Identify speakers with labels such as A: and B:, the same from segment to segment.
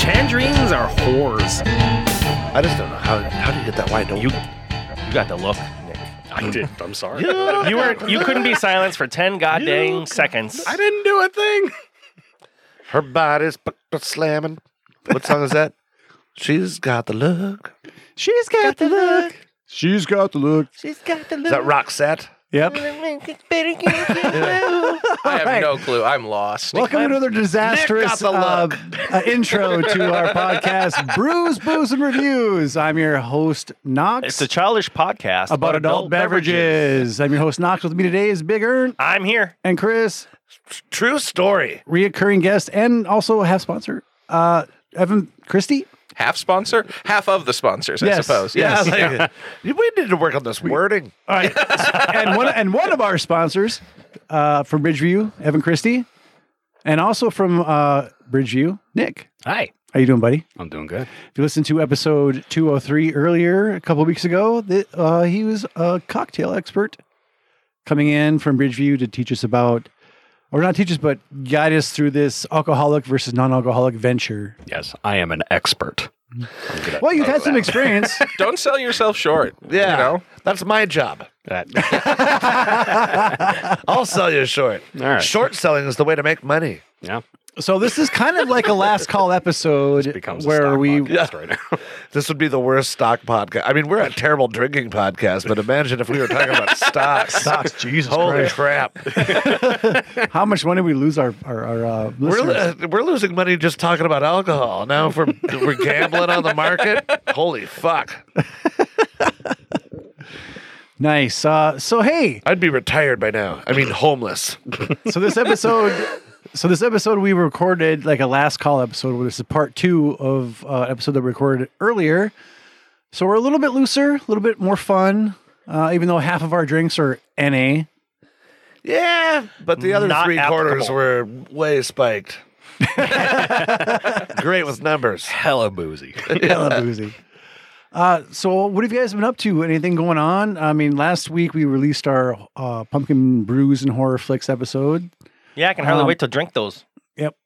A: Tangerines are whores.
B: I just don't know how how do you get that wide open?
A: You, you got the look.
B: I did. I'm sorry.
A: You weren't. You couldn't be silenced for ten goddamn seconds.
B: I didn't do a thing. Her body's b- b- slamming. What song is that? She's got the look.
C: She's got the look. She's got the look.
B: Is that Roxette?
C: Yep.
D: I have
C: Alright.
D: no clue. I'm lost.
C: Welcome to another disastrous
B: Nick
C: uh,
B: got the
C: uh, intro to our podcast, Brews, Booze, and Reviews. I'm your host, Knox.
A: It's a childish podcast
C: about, adult, beverages. I'm your host, Knox. With me today is Big Earn
A: I'm here.
C: and Chris,
B: True story.
C: reoccurring guest, and also half sponsor, uh, Evan Christie.
D: half sponsor, half of the sponsors, I
C: Yes.
D: suppose.
B: Yeah,
D: Yes.
B: I like it. we need to work on this wording.
C: All right. and one and one of our sponsors uh, from Bridgeview, Evan Christie, and also from uh, Bridgeview, Nick.
E: Hi.
C: How you doing, buddy?
E: I'm doing good.
C: If you listened to episode 203 earlier, a couple weeks ago, that uh, he was a cocktail expert coming in from Bridgeview to teach us about, or not teach us, but guide us through this alcoholic versus non-alcoholic venture. Mm-hmm.
E: Yes, I am an expert.
C: Well, you've had some experience.
D: Don't sell yourself short.
B: Yeah.
D: You know?
B: That's my job.
E: That,
B: I'll sell you short.
E: All right.
B: Short selling is the way to make money.
E: yeah,
C: so this is kind of like a last call episode
E: becomes a
C: where
E: stock
C: we
E: podcast right now.
B: This would be the worst stock podcast. I mean, we're a terrible drinking podcast, but imagine if we were talking about stocks. stocks, Jesus Holy crap.
C: how much money we lose our our, our uh,
B: We're,
C: listeners.
B: uh, we're losing money just talking about alcohol. Now if we're, we're gambling on the market. Holy fuck.
C: nice. Uh, so hey,
B: I'd be retired by now. I mean, homeless.
C: so this episode so this episode we recorded like a last call episode where this is part two of uh episode that we recorded earlier so we're a little bit looser a little bit more fun uh, even though half of our drinks are na
B: Yeah, but the other
A: Not
B: three quarters
A: applicable.
B: were way spiked. Great with numbers.
E: Hella boozy.
C: hella boozy uh, so what have you guys been up to anything going on i mean last week we released our uh, pumpkin brews and horror flicks episode
A: Yeah, I can hardly
C: Um,
A: wait to drink those.
C: yep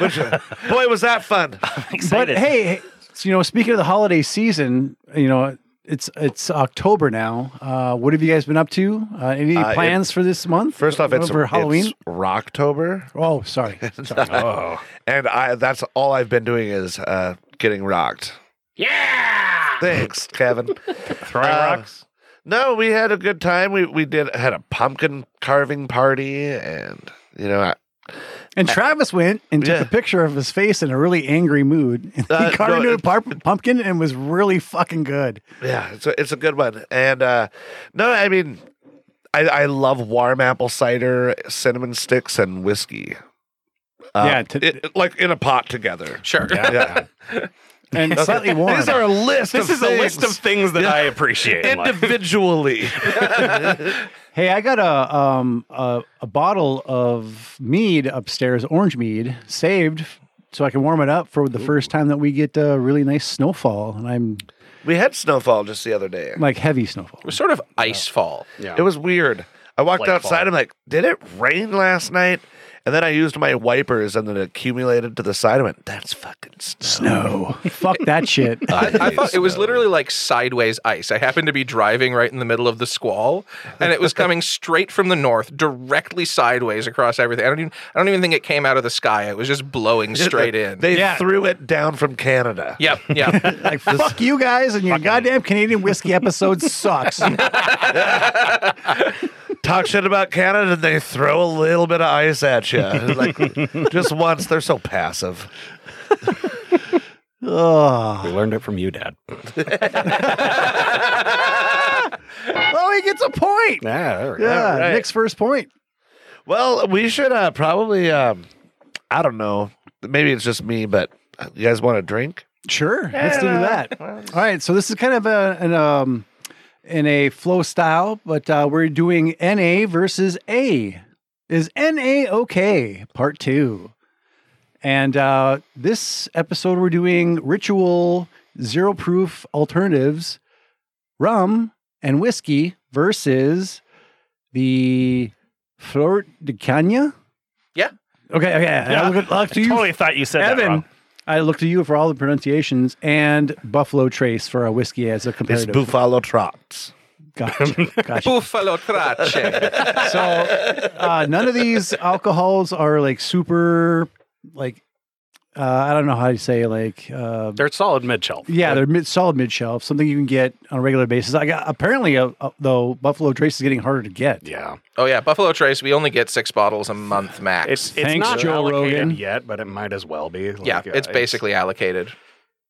B: Which, uh, boy, was that fun.
A: I'm excited.
C: But hey, hey, so, you know, speaking of the holiday season, you know, it's it's October now. Uh, what have you guys been up to? Uh, any
B: Uh, it-
C: plans for this month?
B: First off, it's,
C: for Halloween.
B: it's Rocktober.
C: oh, sorry.
E: Oh,
B: And I that's all I've been doing is uh, getting rocked. Yeah. Thanks, Kevin.
A: throwing
B: uh,
A: rocks.
B: no, we had a good time. We we did had a pumpkin carving party and you know I,
C: And Travis went and took
B: Yeah.
C: a picture of his face in a really angry mood. And
B: Uh,
C: he carved
B: no,
C: into a
B: it-
C: par- pumpkin and was really fucking good.
B: yeah, it's a, it's a good one. And uh no, I mean I I love warm apple cider, cinnamon sticks and whiskey. Uh,
C: Yeah, t-
B: it- like in a pot together.
D: Sure.
B: Yeah.
C: And slightly warm.
B: These are a list
E: this
B: of
E: is a list of
B: things
E: things that I appreciate. in life.
B: individually.
C: Hey, I got a um a, a bottle of mead upstairs, orange mead, saved so I can warm it up for the first time that we get a really nice snowfall, and I'm
B: we had snowfall just the other day.
C: like heavy snowfall.
D: It was sort of ice fall.
E: Yeah.
B: It was weird. I walked
E: Like
B: outside.
E: fall.
B: I'm like, did it rain last night? And then I used my wipers, and then it accumulated to the side. I went, that's fucking snow.
C: No, fuck that shit.
D: I, I thought it was literally like sideways ice. I happened to be driving right in the middle of the squall, and it was coming straight from the north, directly sideways across everything. I don't even, I don't even think it came out of the sky. It was just blowing straight in.
B: uh, They
C: Yeah.
B: threw it down from Canada.
D: yep, yeah.
C: Like fuck you guys and your goddamn Canadian whiskey episode sucks.
B: Talk shit about Canada, and they throw a little bit of ice at you, like just once. They're so passive.
C: Ugh.
E: we learned it from you, Dad.
C: Oh, he gets a point.
E: Yeah, there we go.
C: Yeah,
B: right.
C: Nick's first point.
B: Well, we should uh, probably. Um, I don't know. Maybe it's just me, but You guys want a drink?
C: Sure, let's do that. All right, so this is kind of a, an um, in a flow style, but uh, we're doing NA versus A. Is NA okay? Part two, and uh, this episode we're doing ritual zero proof alternatives, rum and whiskey versus the Flor de Caña.
D: Yeah.
C: Okay. Okay.
A: Yeah.
C: I look, look to
A: I
C: you
A: totally thought you said that
C: Evan,
A: wrong.
C: I look to you for all the pronunciations and Buffalo Trace for our whiskey as a
B: It's
C: comparative.
B: Buffalo Trots.
C: Gotcha. gotcha.
D: Buffalo trace.
C: so uh, none of these alcohols are like super, like uh, I don't know how to say like. Uh,
E: They're solid mid shelf.
C: yeah, they're mid, solid mid shelf, something you can get on a regular basis. I got apparently uh, uh, though Buffalo Trace is getting harder to get.
E: Yeah.
D: oh yeah, Buffalo Trace. We only get six bottles a month max.
E: It's, it's
C: Thanks,
E: not
C: Joe
E: allocated
C: Rogan.
E: yet, but it might as well be. Like,
D: yeah,
E: uh,
D: it's basically allocated.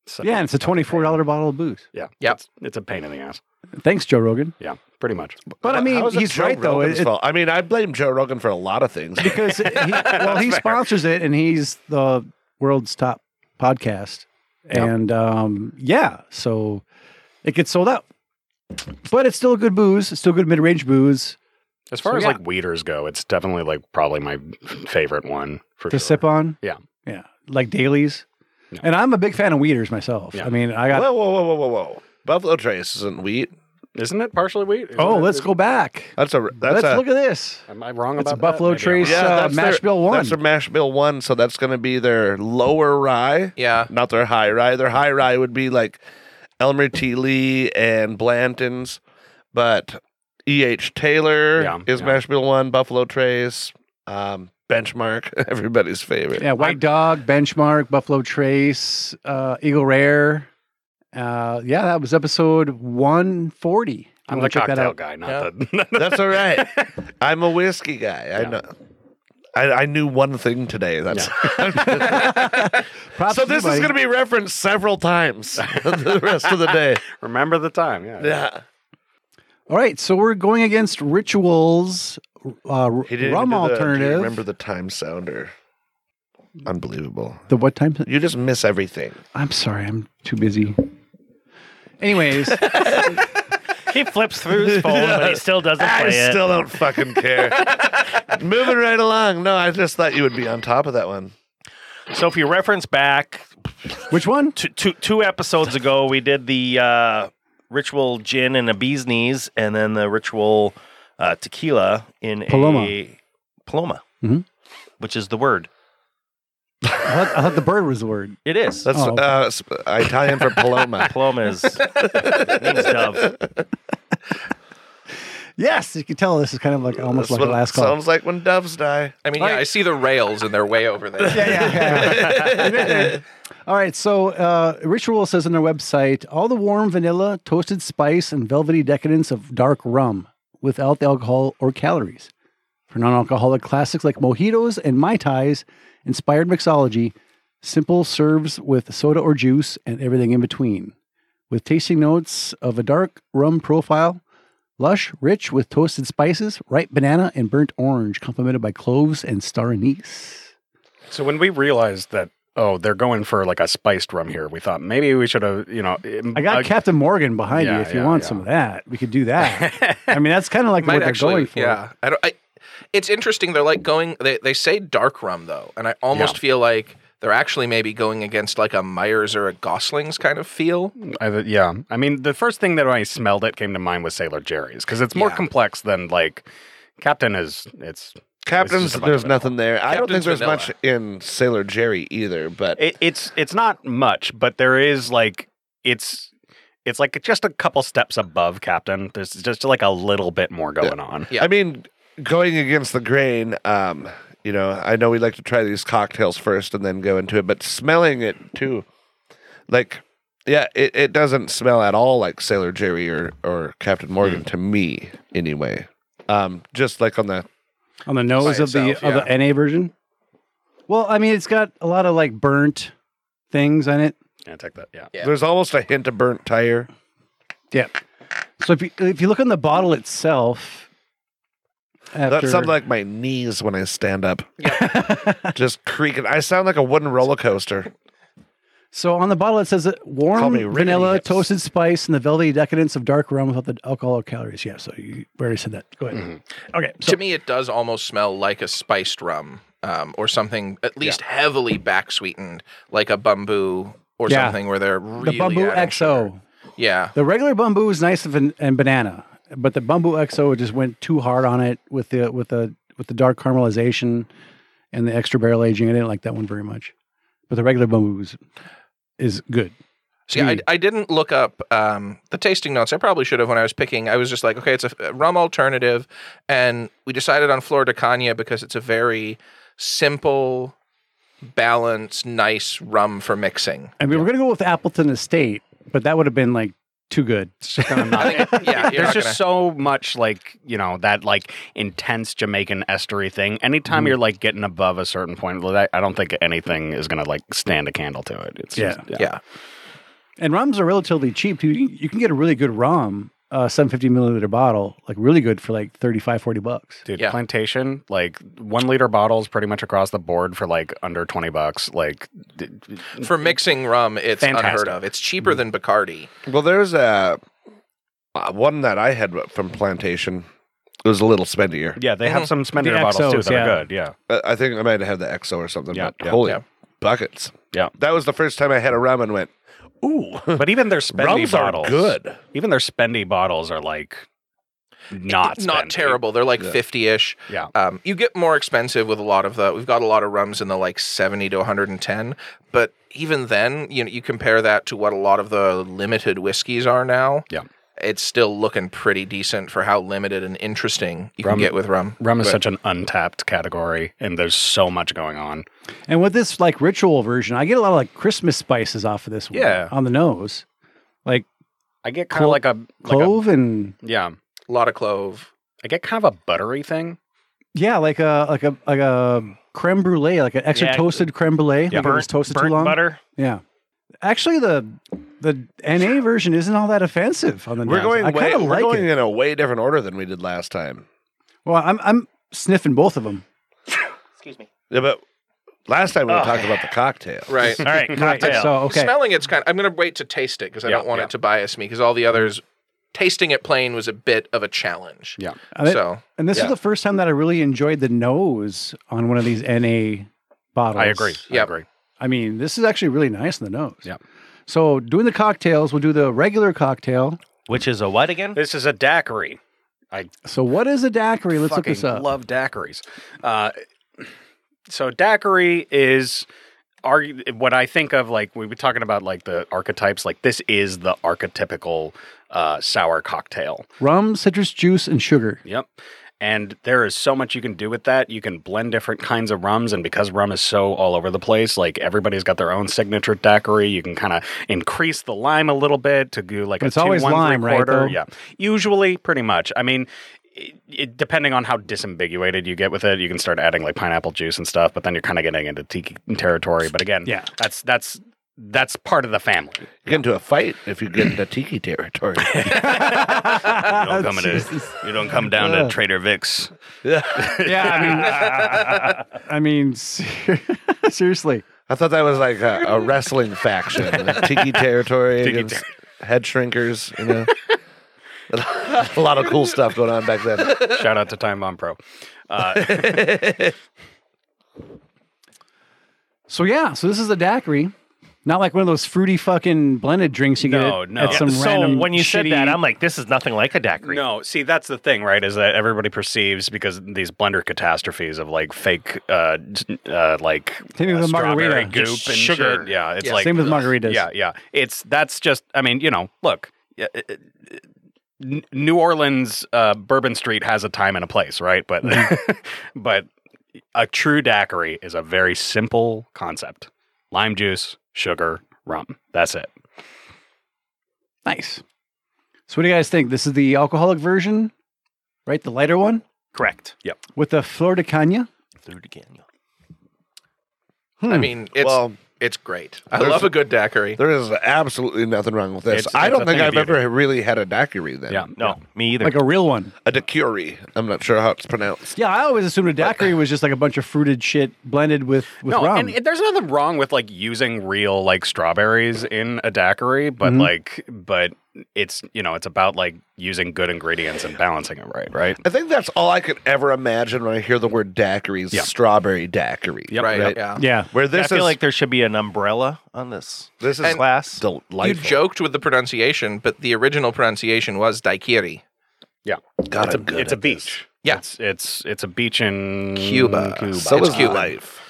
E: so-
C: Yeah, and it's a twenty four dollar bottle of booze.
E: Yeah.
D: Yep.
E: It's, it's a pain in the ass.
C: Thanks, Joe Rogan.
E: Yeah. Pretty much.
C: But I mean,
B: How is it
C: he's
B: Joe
C: right though.
B: Rogan's
C: It-
B: fault? I mean, I blame Joe Rogan for a lot of things.
C: because he, well, he sponsors it, and he's the world's top podcast,
E: Yeah.
C: and um, yeah, so it gets sold out. But it's still good booze. It's still good mid-range booze
E: As far
C: So,
E: as
C: yeah.
E: like weeders go, it's definitely like probably my favorite one for
C: to
E: sure.
C: sip on.
E: Yeah.
C: yeah, like dailies.
E: No.
C: And I'm a big fan of weeders myself.
E: Yeah.
C: I mean, I got.
B: whoa, whoa, whoa, whoa, whoa, whoa! Buffalo Trace isn't wheat.
E: Isn't it partially wheat? Isn't
C: oh,
E: it-
C: let's
E: is-
C: go back.
B: That's a that's
C: Let's
B: a
C: look at this.
E: Am I wrong
C: It's
E: about
C: a Buffalo
E: that? Maybe I'm
C: Trace
E: wrong.
B: Yeah,
C: uh,
B: that's their-
C: mash bill one.
B: That's their mash bill one, so that's going to be their lower rye,
D: Yeah,
B: not their high rye. Their high rye would be like Elmer T. Lee and Blanton's, but E. H. Taylor
E: Yeah,
B: is
E: yeah.
B: mash bill one, Buffalo Trace, um, Benchmark, everybody's favorite.
C: yeah, White Dog, Benchmark, Buffalo Trace, uh, Eagle Rare. Uh, yeah, that was episode 140. You
E: I'm
C: wanna
E: the cocktail guy, not
D: Yeah.
E: the.
B: That's all right. I'm a whiskey guy. I
E: Yeah.
B: know. I, I knew one thing today. That's
C: Props to you,
B: so. This is
C: buddy.
B: going to be referenced several times the rest of the day.
E: Remember the time? Yeah.
B: Yeah,
C: All right, so we're going against rituals uh,
B: he didn't
C: rum
B: even do the- do you
C: alternative.
B: remember the time sounder? Unbelievable.
C: the what time?
B: You just miss everything.
C: I'm sorry, I'm too busy. Anyways,
A: He flips through his phone, but he still doesn't
B: I
A: play it.
B: still don't fucking care. Moving right along. No, I just thought you would be on top of that one.
A: So if you reference back
C: which one?
A: two, two, two episodes ago, we did the uh, ritual gin and a bee's knees, and then the ritual uh, tequila in
C: Paloma.
A: a paloma,
C: Mhm.
A: which is the word.
C: I thought, I thought the bird was the word.
A: It is.
B: That's
C: Oh, okay.
B: uh, sp- Italian for Paloma.
A: Paloma is means dove.
C: Yes, you can tell this is kind of like almost
B: That's
C: like
B: what
C: a
B: it
C: last call.
B: Sounds like when doves die.
D: I mean, yeah, I see the rails and they're way over there.
C: yeah, yeah, yeah. all right. So, uh, Ritual says on their website all the warm vanilla, toasted spice, and velvety decadence of dark rum without the alcohol or calories. For non alcoholic classics like mojitos and Mai Tais, inspired mixology, simple serves with soda or juice and everything in between. With tasting notes of a dark rum profile, lush, rich with toasted spices, ripe banana, and burnt orange, complemented by cloves and star anise.
E: So when we realized that, oh, they're going for like a spiced rum here, we thought maybe we should have, you know,
C: I got Captain Morgan behind
E: yeah,
C: you. If you
E: yeah,
C: want
E: yeah.
C: some of that, we could do that. I mean, that's kind of like what
D: Might
C: they're
D: actually,
C: going for.
D: yeah. I don't. I, it's interesting. They're like going. They they say dark rum though, and I almost feel like they're actually maybe going against like a Myers or a Gosling's kind of feel.
E: I, th- yeah. I mean, the first thing that when I smelled it came to mind was Sailor Jerry's because it's more
D: Yeah.
E: complex than like Captain is. It's
B: Captain's,
E: just a bunch
B: there's
E: of
B: nothing there. I don't think
D: Captain's
B: there's
D: vanilla.
B: much in Sailor Jerry either, but
E: it, it's it's not much, but there is like it's it's like just a couple steps above Captain. There's just like a little bit more going on.
D: Yeah.
B: I mean, going against the grain, um, you know, I know we like to try these cocktails first and then go into it, but smelling it too, like, yeah, it, it doesn't smell at all like Sailor Jerry or, or Captain Morgan
E: Mm.
B: to me, anyway. Um, just like on the
C: on the nose
D: By
C: of the
D: itself,
C: of the NA version. Well, I mean, it's got a lot of like burnt things on it.
E: Yeah, take that. Yeah.
D: Yeah.
B: there's almost a hint of burnt tire.
C: Yeah. So if you if you look on the bottle itself, after,
B: That sounds like my knees when I stand up. just creaking. I sound like a wooden roller coaster.
C: So on the bottle it says that warm
B: me Rickety
C: vanilla,
B: Hips.
C: toasted spice, and the velvety decadence of dark rum without the alcohol or calories. Yeah, so you we already said that. Go ahead. Okay. So
D: to me, it does almost smell like a spiced rum um, or something at least heavily back sweetened, like a bamboo or
C: Yeah.
D: something where they're really
C: the bamboo
D: adding
C: XO.
D: sugar. Yeah,
C: The regular bamboo is nice and, and banana, but the bamboo XO just went too hard on it with the with the with the dark caramelization and the extra barrel aging. I didn't like that one very much, but the regular bamboo is, is good.
D: See, I,
C: Dude.
D: I didn't look up um, the tasting notes. I probably should have when I was picking. I was just like, okay, it's a, a rum alternative, and we decided on Florida Cana because it's a very simple, balanced, nice rum for mixing.
C: I mean, we're gonna go with Appleton Estate, but that would have been like too good.
D: I think, yeah, you're not
E: There's just
D: gonna-
E: so much like you know that like intense Jamaican estery thing.
D: Mm-hmm.
E: Anytime you're like getting above a certain point, well, that- I don't think anything is gonna like stand a candle to it. It's
C: Yeah.
E: just-
D: yeah.
C: And rums are relatively cheap too. You you can get a really good rum, uh, 750 milliliter bottle, like really good for like 35, 40 bucks.
E: Dude,
D: Yeah.
E: plantation like one liter bottles pretty much across the board for like under twenty bucks. Like d- d-
D: For mixing rum, it's unheard
E: Fantastic.
D: of. It's cheaper than Bacardi.
B: Well, there's a uh, one that I had from Plantation. It was a little spendier.
E: yeah, they have
D: Mhm.
E: some spendier
C: The
E: bottles too
C: XOs,
E: that
C: yeah.
E: are good. Yeah,
B: Uh, I think I might have had the XO or something.
E: Yeah,
B: but
E: yeah,
B: holy
D: yeah.
B: buckets!
E: Yeah.
B: that was the first time I had a rum and went, "Ooh,
E: but even their spendy
B: rums
E: bottles,
B: are good."
E: Even their spendy bottles are like not
D: not
E: spendy.
D: terrible. They're like
B: Yeah.
D: fifty ish.
E: Yeah.
D: Um, you get more expensive with a lot of the. We've got a lot of rums in the like seventy to one hundred and ten. But even then, you know, you compare that to what a lot of the limited whiskeys are now.
E: Yeah.
D: It's still looking pretty decent for how limited and interesting you
E: Rum-
D: can get with rum.
E: Rum is
D: But-
E: such an untapped category, and there's so much going on.
C: And with this like ritual version, I get a lot of like Christmas spices off of this one.
E: Yeah.
C: On the nose. Like
E: I get kind of
C: Clo-
E: like a
C: clove and
E: Like a, yeah,
D: A lot of clove.
E: I get kind of a buttery thing.
C: yeah, like a like a like a creme brulee, like an extra
A: Yeah.
C: toasted creme brulee. like it was toasted too long.
A: butter.
C: Yeah. Actually the the NA version isn't all that offensive on the
B: We're
C: nose.
B: going.
C: I
B: Way,
C: kind of
B: we're
C: like
B: going
C: it.
B: in a way different order than we did last time.
C: Well, I'm I'm sniffing both of them.
A: Excuse me.
B: Yeah, but last time we were talking about the cocktail.
D: Right.
A: All right, cocktail.
C: So okay.
D: Smelling it's kind. I'm gonna wait to taste it because I
E: Yeah,
D: don't want
E: yeah.
D: it to bias me because all the others. Tasting it plain was a bit of a challenge.
E: Yeah.
C: I mean,
D: So
C: And this
D: Yeah.
C: is the first time that I really enjoyed the nose on one of these NA bottles.
E: I agree.
D: Yep.
E: I agree.
C: I mean, this is actually really nice in the nose.
E: Yep.
C: So doing the cocktails, we'll do the regular cocktail.
A: Which is a what again?
E: This is a daiquiri.
C: So what is a daiquiri? Let's look
E: fucking
C: this up.
E: love daiquiris. Uh, so daiquiri is are what I think of like we were talking about like the archetypes. Like this is the archetypical uh, sour cocktail.
C: Rum, citrus juice, and sugar.
E: Yep. And there is so much you can do with that. You can blend different kinds of rums, and because rum is so all over the place, like everybody's got their own signature daiquiri. You can kind of increase the lime a little bit to do like
C: But
E: a
C: it's
E: two,
C: always
E: one, three
C: lime, right,
E: quarter.
C: though?
E: Yeah, usually pretty much. I mean, it, it, depending on how disambiguated you get with it, you can start adding like pineapple juice and stuff. But then you're kind of getting into tiki territory. But again,
C: Yeah.
E: that's that's that's part of the family.
B: You get into a fight if you get into tiki territory.
A: You don't come to, you don't come down to Trader Vic's.
C: yeah, I mean, I mean, ser- seriously.
B: I thought that was like a, a wrestling faction, tiki territory, against head shrinkers. You know, a lot of cool stuff going on back then.
E: Shout out to Time Bomb Pro.
C: So yeah, so this is a daiquiri. Not like one of those fruity fucking blended drinks you
E: No,
C: get
E: no.
C: at some
A: so
C: random.
A: when you said
C: shitty-
A: that, I'm like, this is nothing like a daiquiri.
E: No, see, that's the thing, right? Is that everybody perceives because these blender catastrophes of like fake, uh, d- uh like
C: Same with
E: uh,
C: the
E: strawberry
C: margarita.
E: goop
A: Just
E: and
A: sugar.
E: shit. Yeah, it's
D: Yeah.
E: like
C: same with margaritas.
E: yeah, yeah. It's that's just. I mean, you know, look. yeah, it- it- N- New Orleans uh, Bourbon Street has a time and a place, right? But but a true daiquiri is a very simple concept: lime juice, sugar, rum. That's it.
C: Nice. So what do you guys think? This is the alcoholic version, right? The lighter one
A: Correct.
C: with the flor de cana.
A: Third again.
E: hmm.
D: I mean, it's
B: well,
D: It's great. I
B: There's-
D: love a good daiquiri.
B: There is absolutely nothing wrong with this.
E: It's-
B: I
E: it's
B: don't
E: a
B: think
E: thing of
B: I've
E: beauty.
B: ever really had a daiquiri then.
E: Yeah.
A: No, me either.
C: like a real one.
B: A daiquiri. I'm not sure how it's pronounced.
C: Yeah, I always assumed a daiquiri was just like a bunch of fruited shit blended with with
E: no,
C: rum.
E: and it- there's nothing wrong with like using real like strawberries in a daiquiri, but
B: Mm-hmm.
E: like, but it's you know, it's about like using good ingredients and balancing it right, right?
B: I think that's all I could ever imagine when I hear the word daiquiri is
E: Yeah.
B: strawberry daiquiri.
D: right.
B: right.
D: Yeah.
C: yeah,
B: Where this
A: I feel
B: is
A: like there should be an umbrella on this
B: this is
D: And-
A: class.
D: You
B: delightful.
D: joked with the pronunciation, but the original pronunciation was daiquiri.
B: God,
E: it's a
B: I'm good
E: it's a
B: at this.
E: beach.
D: Yeah.
E: It's it's it's a beach in
D: Cuba.
B: So
D: It's
B: is
D: Cuban.
B: life.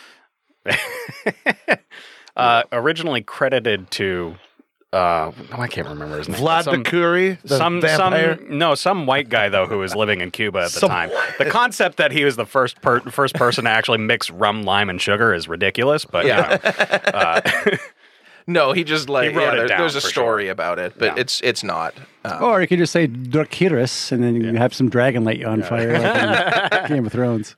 E: uh, originally credited to uh, no, I can't remember his name.
B: Vlad
E: Some-
B: the Curie, the
E: some
B: vampire.
E: some no some white guy though who was living in Cuba at the
B: Some
E: time. The concept that he was the first per- first person to actually mix rum, lime, and sugar is ridiculous. But
D: Yeah.
E: you know, uh,
D: No, he just like
E: He wrote
D: yeah,
E: it
D: there-
E: down
D: there's a
E: for sure.
D: story about it, but
E: Yeah.
D: it's it's not. Uh,
C: or you could just say Drakiris and then you have some dragon light you on fire like in Game of Thrones.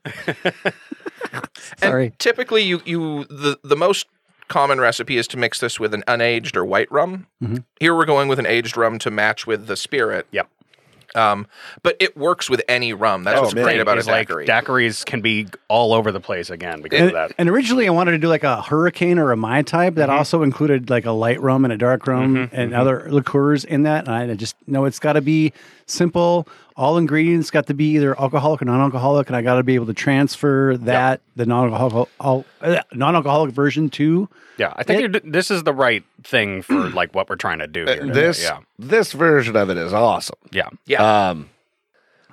C: Sorry,
D: typically you you the the most common recipe is to mix this with an unaged or white rum.
B: Mm-hmm.
C: Mhm.
D: Here we're going with an aged rum to match with the spirit.
E: Yep.
D: Um, but it works with any rum. That's
B: Oh,
D: what's
B: man.
D: great about a
E: it's like
D: daiquiri.
E: daiquiris can be all over the place again because of
C: and,
E: that.
C: and originally I wanted to do like a hurricane or a mai type that also included like a light rum and a dark rum and other liqueurs in that. And I just know it's got to be simple. All ingredients got to be either alcoholic or non-alcoholic, and I got to be able to transfer that the non-alcoholic al- uh, non-alcoholic version to.
E: Yeah, I think you're, d- this is the right thing for like what we're trying to
D: Uh,
E: do. Here
B: And
E: today,
B: this
E: yeah,
B: this version of it is awesome.
E: yeah.
D: yeah.
B: Um,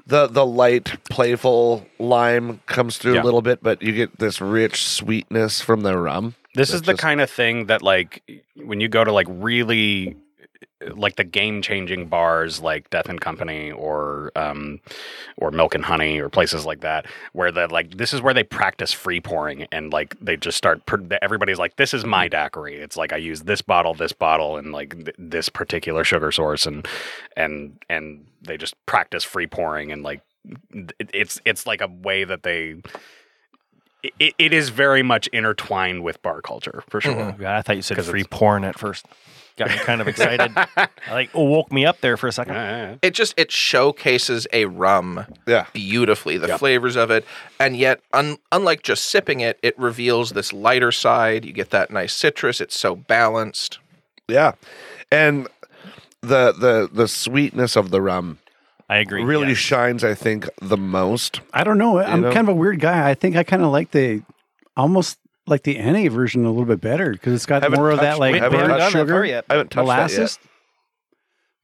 B: the the light, playful lime comes through
E: Yeah.
B: a little bit, but you get this rich sweetness from the rum.
E: This is
B: That's
E: the
B: just-
E: kind of thing that like when you go to like really like the game changing bars like Death and Company or um or Milk and Honey or places like that where the like this is where they practice free pouring and like they just start pr- everybody's like this is my daiquiri it's like I use this bottle this bottle and like th- this particular sugar source and and and they just practice free pouring and like it- it's it's like a way that they it, it is very much intertwined with bar culture for sure.
A: Oh, God, I thought you said
E: 'Cause
A: free
E: it's-
A: porn at first. Got me kind of excited. like woke me up there for a second.
D: it just it showcases a rum
B: Yeah.
D: beautifully the flavors of it and yet un- unlike just sipping it it reveals this lighter side you get that nice citrus it's so balanced
B: Yeah, and the the the sweetness of the rum
A: I agree.
B: really
A: yeah.
B: shines. I think the most.
C: I don't know. I'm
B: know?
C: kind of a weird guy. I think I kind of like the almost like the NA version a little bit better because it's got
B: Haven't
C: more of that
B: touched-
C: like
B: haven't
A: we haven't
C: burnt
A: done that far
C: sugar,
A: yet.
B: I haven't touched
C: molasses.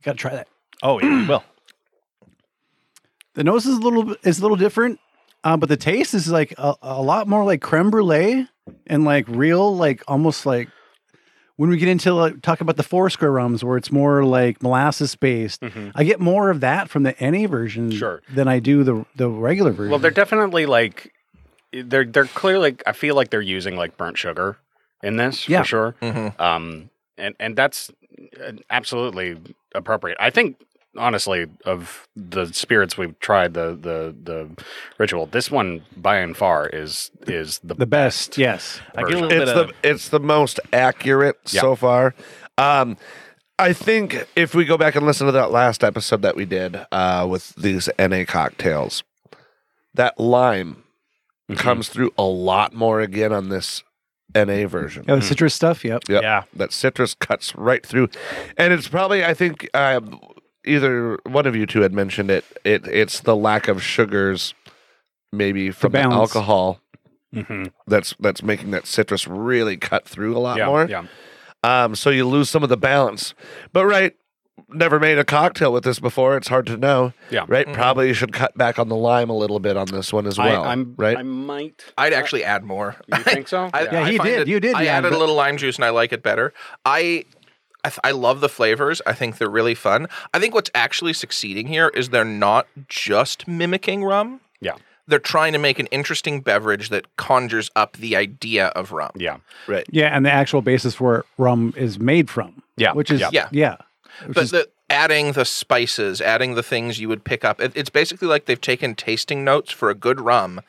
C: Got to try that.
A: Oh, yeah, we will.
C: The nose is a little bit- is a little different, uh, but the taste is like a, a lot more like creme brulee and like real like almost like when we get into like talk about the four square rums where it's more like molasses based.
B: Mm-hmm.
C: I get more of that from the NA version
E: Sure.
C: than I do the the regular version.
E: Well, they're definitely like they're they're clearly. I feel like they're using like burnt sugar in this
C: Yeah.
E: for sure.
D: Mhm.
E: Um, and and that's uh, absolutely appropriate. I think honestly of the spirits we've tried the the the ritual. This one by and far is is the,
C: the best. Yes.
A: I get a
E: version.
A: little
B: yet.
A: bit
B: It's
A: of
B: the it's the most accurate
E: Yeah.
B: so far. Um, I think if we go back and listen to that last episode that we did uh, with these NA cocktails, that lime
A: Mm-hmm.
E: Mhm.
B: comes through a lot more again on this NA version.
E: Mm.
C: Yeah, the Oh, citrus stuff. Yep.
B: Yep.
A: yeah.
B: that citrus cuts right through, and it's probably I think uh, either one of you two had mentioned it. It it's the lack of sugars, maybe from the
C: balance.
B: alcohol
E: Mhm.
B: that's that's making that citrus really cut through a lot
E: yeah,
B: more.
E: yeah.
B: Um, so you lose some of the balance. But right, never made a cocktail with this before. It's hard to know.
E: Yeah. Mm-hmm.
B: Right, probably you should cut back on the lime a little bit on this one as well.
E: I, I'm
B: right.
E: I might.
D: i'd actually add more
E: You think so?
D: I,
C: Yeah,
D: I
C: he
D: find
C: did.
D: that
C: You did,
D: i
C: yeah,
D: added a
C: but-
D: little lime juice and i like it better i I, th- I love the flavors. I think they're really fun. I think what's actually succeeding here is they're not just mimicking rum.
E: Yeah.
D: They're trying to make an interesting beverage that conjures up the idea of rum.
E: yeah.
B: right.
C: Yeah, and the actual basis for it, rum is made from.
E: Yeah,
C: which is
D: yeah.
C: yeah, which
D: but
C: is-
D: the adding the spices, adding the things you would pick up. It, it's basically like they've taken tasting notes for a good rum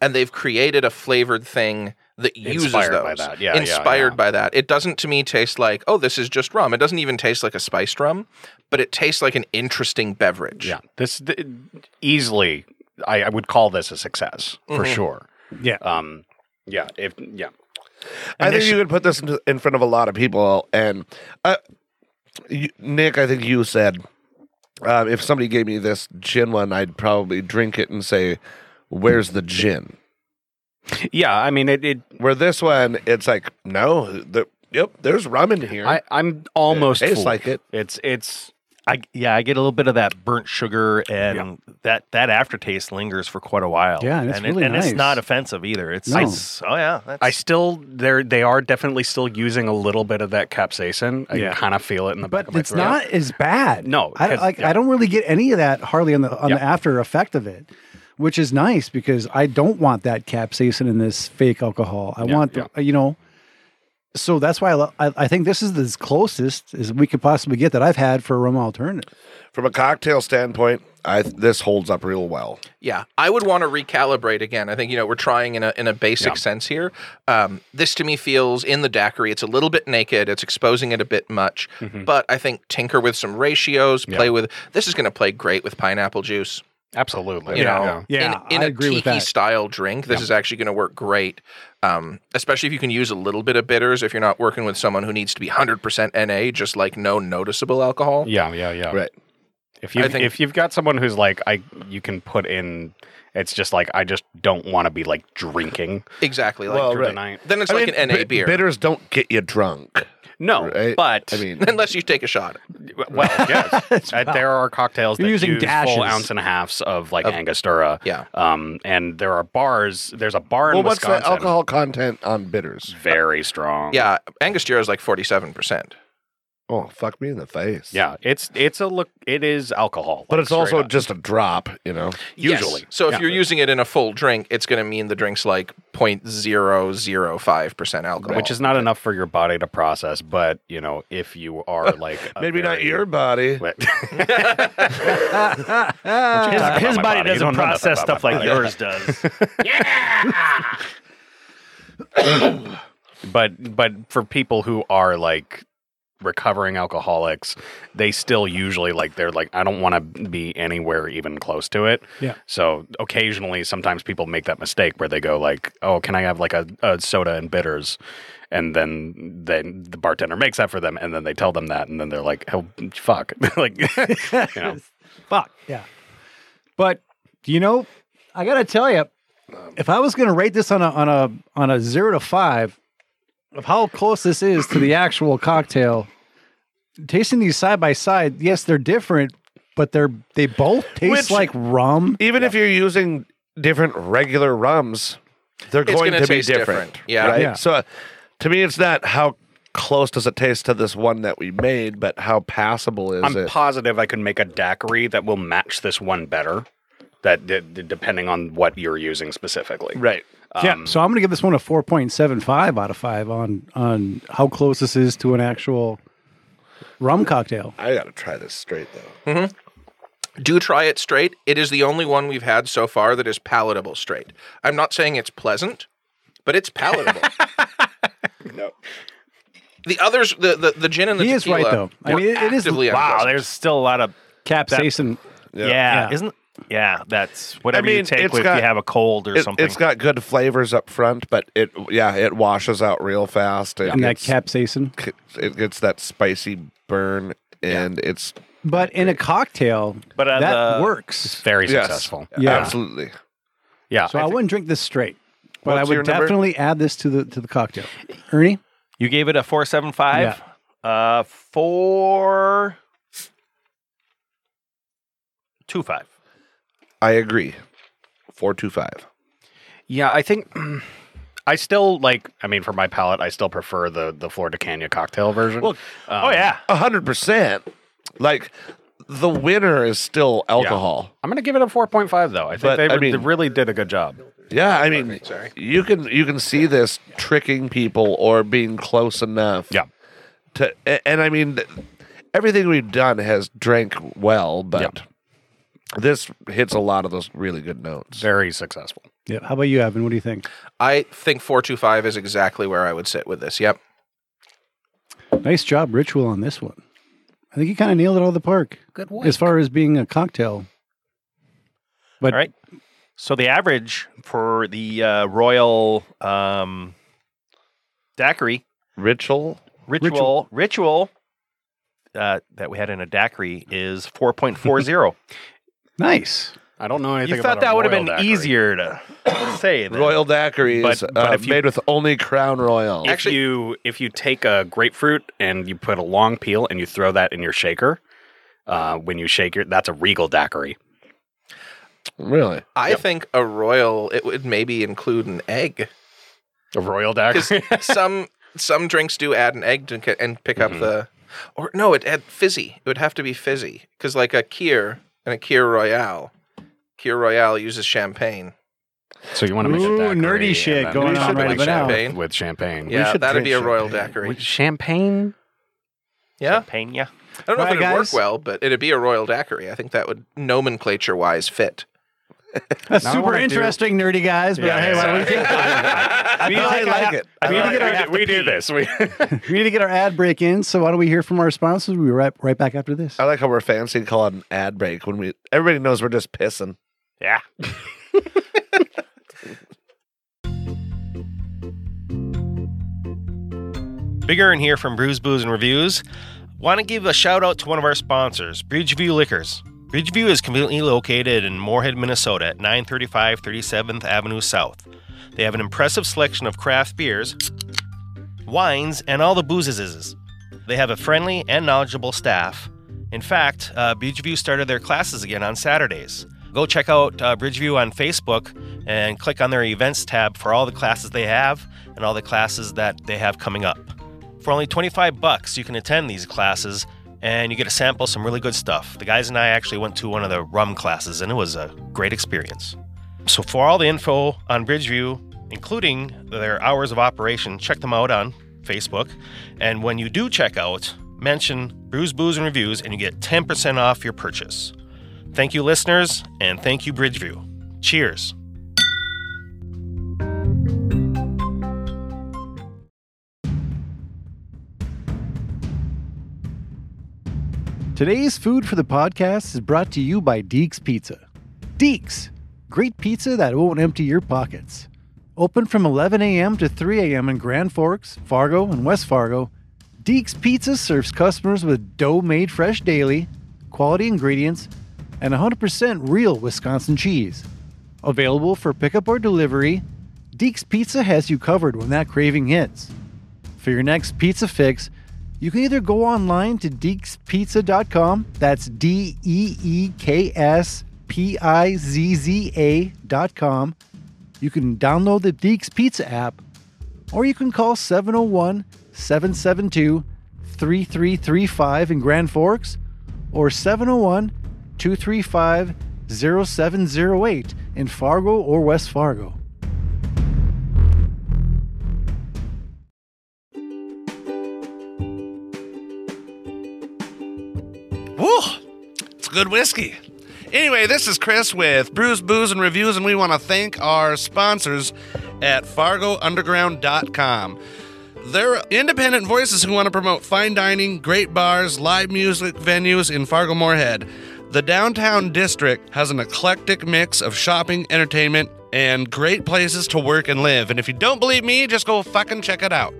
D: and they've created a flavored thing that uses
E: Inspired
D: those.
E: by that. Yeah, yeah,
D: inspired
E: yeah.
D: by that. It doesn't to me taste like, oh, this is just rum. It doesn't even taste like a spiced rum, but it tastes like an interesting beverage.
E: Yeah, this th- easily, I, I would call this a success for
B: Mm-hmm.
E: sure.
C: Yeah.
E: Um, yeah, if yeah,
B: I think you could put this into, in front of a lot of people. And uh, you, Nick, I think you said um, if somebody gave me this gin one, I'd probably drink it and say, "Where's the gin?"
E: yeah. I mean, it. it
B: Where this one, it's like, no, the, yep, there's rum in here.
E: I, I'm almost
B: It tastes
E: fooled.
B: like it.
E: It's it's
A: I yeah, I get a little bit of that burnt sugar and that that aftertaste lingers for quite a while.
C: Yeah, and it's
A: and
C: really
A: and
C: nice.
A: it's not offensive either. It's,
C: No.
A: it's- oh yeah, that's,
E: I still there they are definitely still using a little bit of that capsaicin. I
C: Yeah.
E: kind of feel it in the back
C: but
E: of my
C: it's
E: throat.
C: not as bad.
E: No,
C: I
E: 'cause-
C: like.
E: yeah.
C: I don't really get any of that hardly on the on the
E: Yeah.
C: after effect of it, which is nice because I don't want that capsaicin in this fake alcohol. I
E: Yeah,
C: want the, uh, you know. So that's why I, lo- I, I think this is the closest as we could possibly get that I've had for a rum alternative.
B: From a cocktail standpoint, I this holds up real well.
D: Yeah, I would want to recalibrate again. I think you know we're trying in a in a basic sense here. Um, this to me feels in the daiquiri. It's a little bit naked. It's exposing it a bit much,
C: Mm-hmm.
D: but I think tinker with some ratios. Play with this is going to play great with pineapple juice.
E: absolutely.
D: You
E: yeah,
D: know,
E: yeah.
C: Yeah,
D: in, in
C: I
D: a
C: agree
D: tiki
C: with that.
D: style drink, this is actually going to work great. Um, especially if you can use a little bit of bitters. If you're not working with someone who needs to be 100% NA, just like no noticeable alcohol.
E: yeah, yeah, yeah.
B: Right.
E: If you
D: I think-
E: if you've got someone who's like I, you can put in. It's just like I just don't want to be like drinking
D: Exactly. Like
B: Well,
E: through the
B: right.
E: night.
D: then it's like an NA
B: bi-
D: beer,
B: Bitters don't get you drunk.
E: No,
B: Right?
E: but
B: I mean,
D: unless you take a shot.
E: well, yes. Uh, there are cocktails
C: You're
E: that
C: using
E: use
C: dashes.
E: full ounce and a halves of like Angostura.
D: yeah.
E: Um, and there are bars. There's a bar in
B: well, what's
E: Wisconsin.
B: the alcohol content on bitters?
E: Very strong.
D: Yeah, Angostura is like 47%.
B: Oh, fuck me in the face.
E: Yeah. It's it's a look. It is alcohol,
B: but
E: like,
B: it's also
E: straight up.
B: just a drop. You know,
E: Usually.
D: So if
E: Yeah.
D: you're using it in a full drink, it's going to mean the drink's like 0.005% alcohol.
E: which is not enough for your body to process. But you know, if you are like a
B: maybe not
E: very-
B: your body.
E: What-
A: his,
E: talk about
A: his body doesn't
E: my body. You don't know nothing
A: process
E: about
A: stuff
E: my
A: like
E: body.
A: yours does.
E: but but for people who are like recovering alcoholics they still usually like they're like i don't want to be anywhere even close to it
C: Yeah.
E: so occasionally sometimes people make that mistake where they go like oh can i have like a, a soda and bitters and then then the bartender makes that for them and then they tell them that and then they're like oh fuck like you know
C: Fuck yeah. But you know, I gotta tell you, if I was gonna rate this on a on a on a zero to five of how close this is to the actual cocktail, tasting these side by side, yes, they're different, but they're they both taste
B: Which-
C: like rum.
B: Even if you're using different regular rums, they're
D: It's
B: going
D: gonna
B: to be
D: taste
B: different.
D: different. Yeah.
B: Right?
C: Yeah.
B: So uh, to me, it's not how close does it taste to this one that we made, but how passable is
E: i'm
B: it?
E: positive i can make a daiquiri that will match this one better that d- d- depending on what you're using specifically
B: right.
E: Um,
C: yeah. So I'm gonna give this one a four point seven five out of five on on how close this is to an actual rum cocktail.
B: I got to try this straight, though.
D: Do try it straight. It is the only one we've had so far that is palatable straight. I'm not saying it's pleasant, but it's palatable.
B: No.
D: The others, the, the, the gin and the
C: He is
D: tequila,
C: right, though. I
D: were
C: mean, it- it is-
D: actively
A: wow,
D: unpleasant.
A: there's still a lot of
C: Capsaicin.
A: yeah,
C: Yeah.
A: isn't yeah, that's whatever
B: mean,
A: you take
B: it's
A: if
B: got-
A: you have a cold or
B: It,
A: something.
B: has got good flavors up front, but it yeah, it washes out real fast. It,
C: And that
B: gets,
C: capsaicin.
B: it gets that spicy burn, and it's
C: But in a cocktail,
A: But, uh,
C: that
A: the-
C: works.
E: very
B: Yes.
E: successful.
C: Yeah.
B: absolutely.
E: Yeah.
C: So I, wouldn't drink this straight, but
B: What's
C: I
B: your
C: would
B: number?
C: definitely add this to the to the cocktail. Ernie,
A: you gave it a four seven five. Uh four two five.
B: I agree. Four two five.
E: yeah, I think I still like I mean for my palate I still prefer the the Florida Cana cocktail version.
B: Well,
E: Um,
A: oh yeah.
B: A hundred percent. Like the winner is still alcohol.
E: I'm going to give it a 4.5 though. I think
B: But,
E: they,
B: I
E: were- they
B: mean-
E: really did a good job.
B: Yeah, I mean, you can you can see this tricking people or being close enough.
E: Yeah.
B: To a- and I mean, th- everything we've done has drank well, but this hits a lot of those really good notes.
E: Very successful.
C: Yeah. How about you, Evan? What do you think?
D: I think 425 is exactly where I would sit with this. Yep.
C: Nice job, Ritual, on this one. I think you kind of nailed it out of the park
D: Good
C: as far as being a cocktail. But
A: All right. So the average for the uh, royal um, daiquiri
B: Ritual.
A: ritual ritual, uh, that we had in a daiquiri is four point four zero.
C: nice.
E: I don't know anything.
A: You thought
E: about
A: that would have been
E: easier.
A: easier to say. than-
B: Royal daiquiri
E: But-
B: is
E: but
B: uh,
E: if you-
B: made with only Crown Royal.
E: If
D: Actually-
E: you if you take a grapefruit and you put a long peel and you throw that in your shaker, uh, when you shake your that's a regal daiquiri.
B: Really?
D: I think a royal it would maybe include an egg
E: A royal
D: because
E: daiquiri.
D: some some drinks do add an egg to, ca- and pick up
B: Mm-hmm.
E: Mhm.
D: the or no it had fizzy it would have to be fizzy because like a Kier and a Kier Royale Kier Royale uses champagne
E: so you want to make
C: Ooh,
E: a
C: nerdy
E: daiquiri and
C: shit
E: then-
C: going
D: We on should right drink
E: with
D: about now.
E: champagne.
D: champagne.
E: With champagne.
D: yeah
B: should
D: that'd
B: drink
D: be a royal
B: champagne.
D: daiquiri
E: With champagne.
D: yeah
A: Champagne.
D: I don't know
C: Right,
D: if it'd
C: guys?
D: work well but it'd be a royal daiquiri I think that would nomenclature wise fit
C: That's
E: Now I
C: super
E: wanna do-
C: interesting, nerdy guys. But
E: Yeah,
C: hey, why don't we take
E: We
B: I like it. I
E: We,
B: like
E: need to
B: it.
E: get our, we do this. We,
C: We need to get our ad break in, so why don't we hear from our sponsors? We'll be right, right back after this.
B: I like how we're fancy calling an ad break when we everybody knows we're just pissing.
A: Yeah. Bigger in here from Brews, Booze, and Reviews. Want to give a shout out to one of our sponsors, Bridgeview Liquors. Bridgeview is conveniently located in Moorhead, Minnesota at 935 37th Avenue South. They have an impressive selection of craft beers, wines, and all the boozes. They have a friendly and knowledgeable staff. In fact, uh, Bridgeview started their classes again on Saturdays. Go check out uh, Bridgeview on Facebook and click on their events tab for all the classes they have and all the classes that they have coming up. For only 25 bucks, you can attend these classes and you get to sample some really good stuff. The guys and I actually went to one of the rum classes and it was a great experience. So for all the info on Bridgeview, including their hours of operation, check them out on Facebook. And when you do check out, mention Brews, Booze, and Reviews, and you get 10% off your purchase. Thank you, listeners, and thank you, Bridgeview. Cheers.
C: Today's food for the podcast is brought to you by Deeks Pizza. Deeks, great pizza that won't empty your pockets. Open from 11 a.m. to 3 a.m. in Grand Forks, Fargo, and West Fargo, Deeks Pizza serves customers with dough made fresh daily, quality ingredients, and 100% real Wisconsin cheese. Available for pickup or delivery, Deeks Pizza has you covered when that craving hits. For your next pizza fix, you can either go online to deekspizza.com, that's D E E K S P I Z Z A.com. You can download the Deeks Pizza app, or you can call 701 772 3335 in Grand Forks or 701 235 0708 in Fargo or West Fargo.
B: Woo! It's good whiskey. Anyway, this is Chris with Brews, Booze, and Reviews, and we want to thank our sponsors at FargoUnderground.com. They're independent voices who want to promote fine dining, great bars, live music venues in Fargo Moorhead. The downtown district has an eclectic mix of shopping, entertainment, and great places to work and live. And if you don't believe me, just go fucking check it out.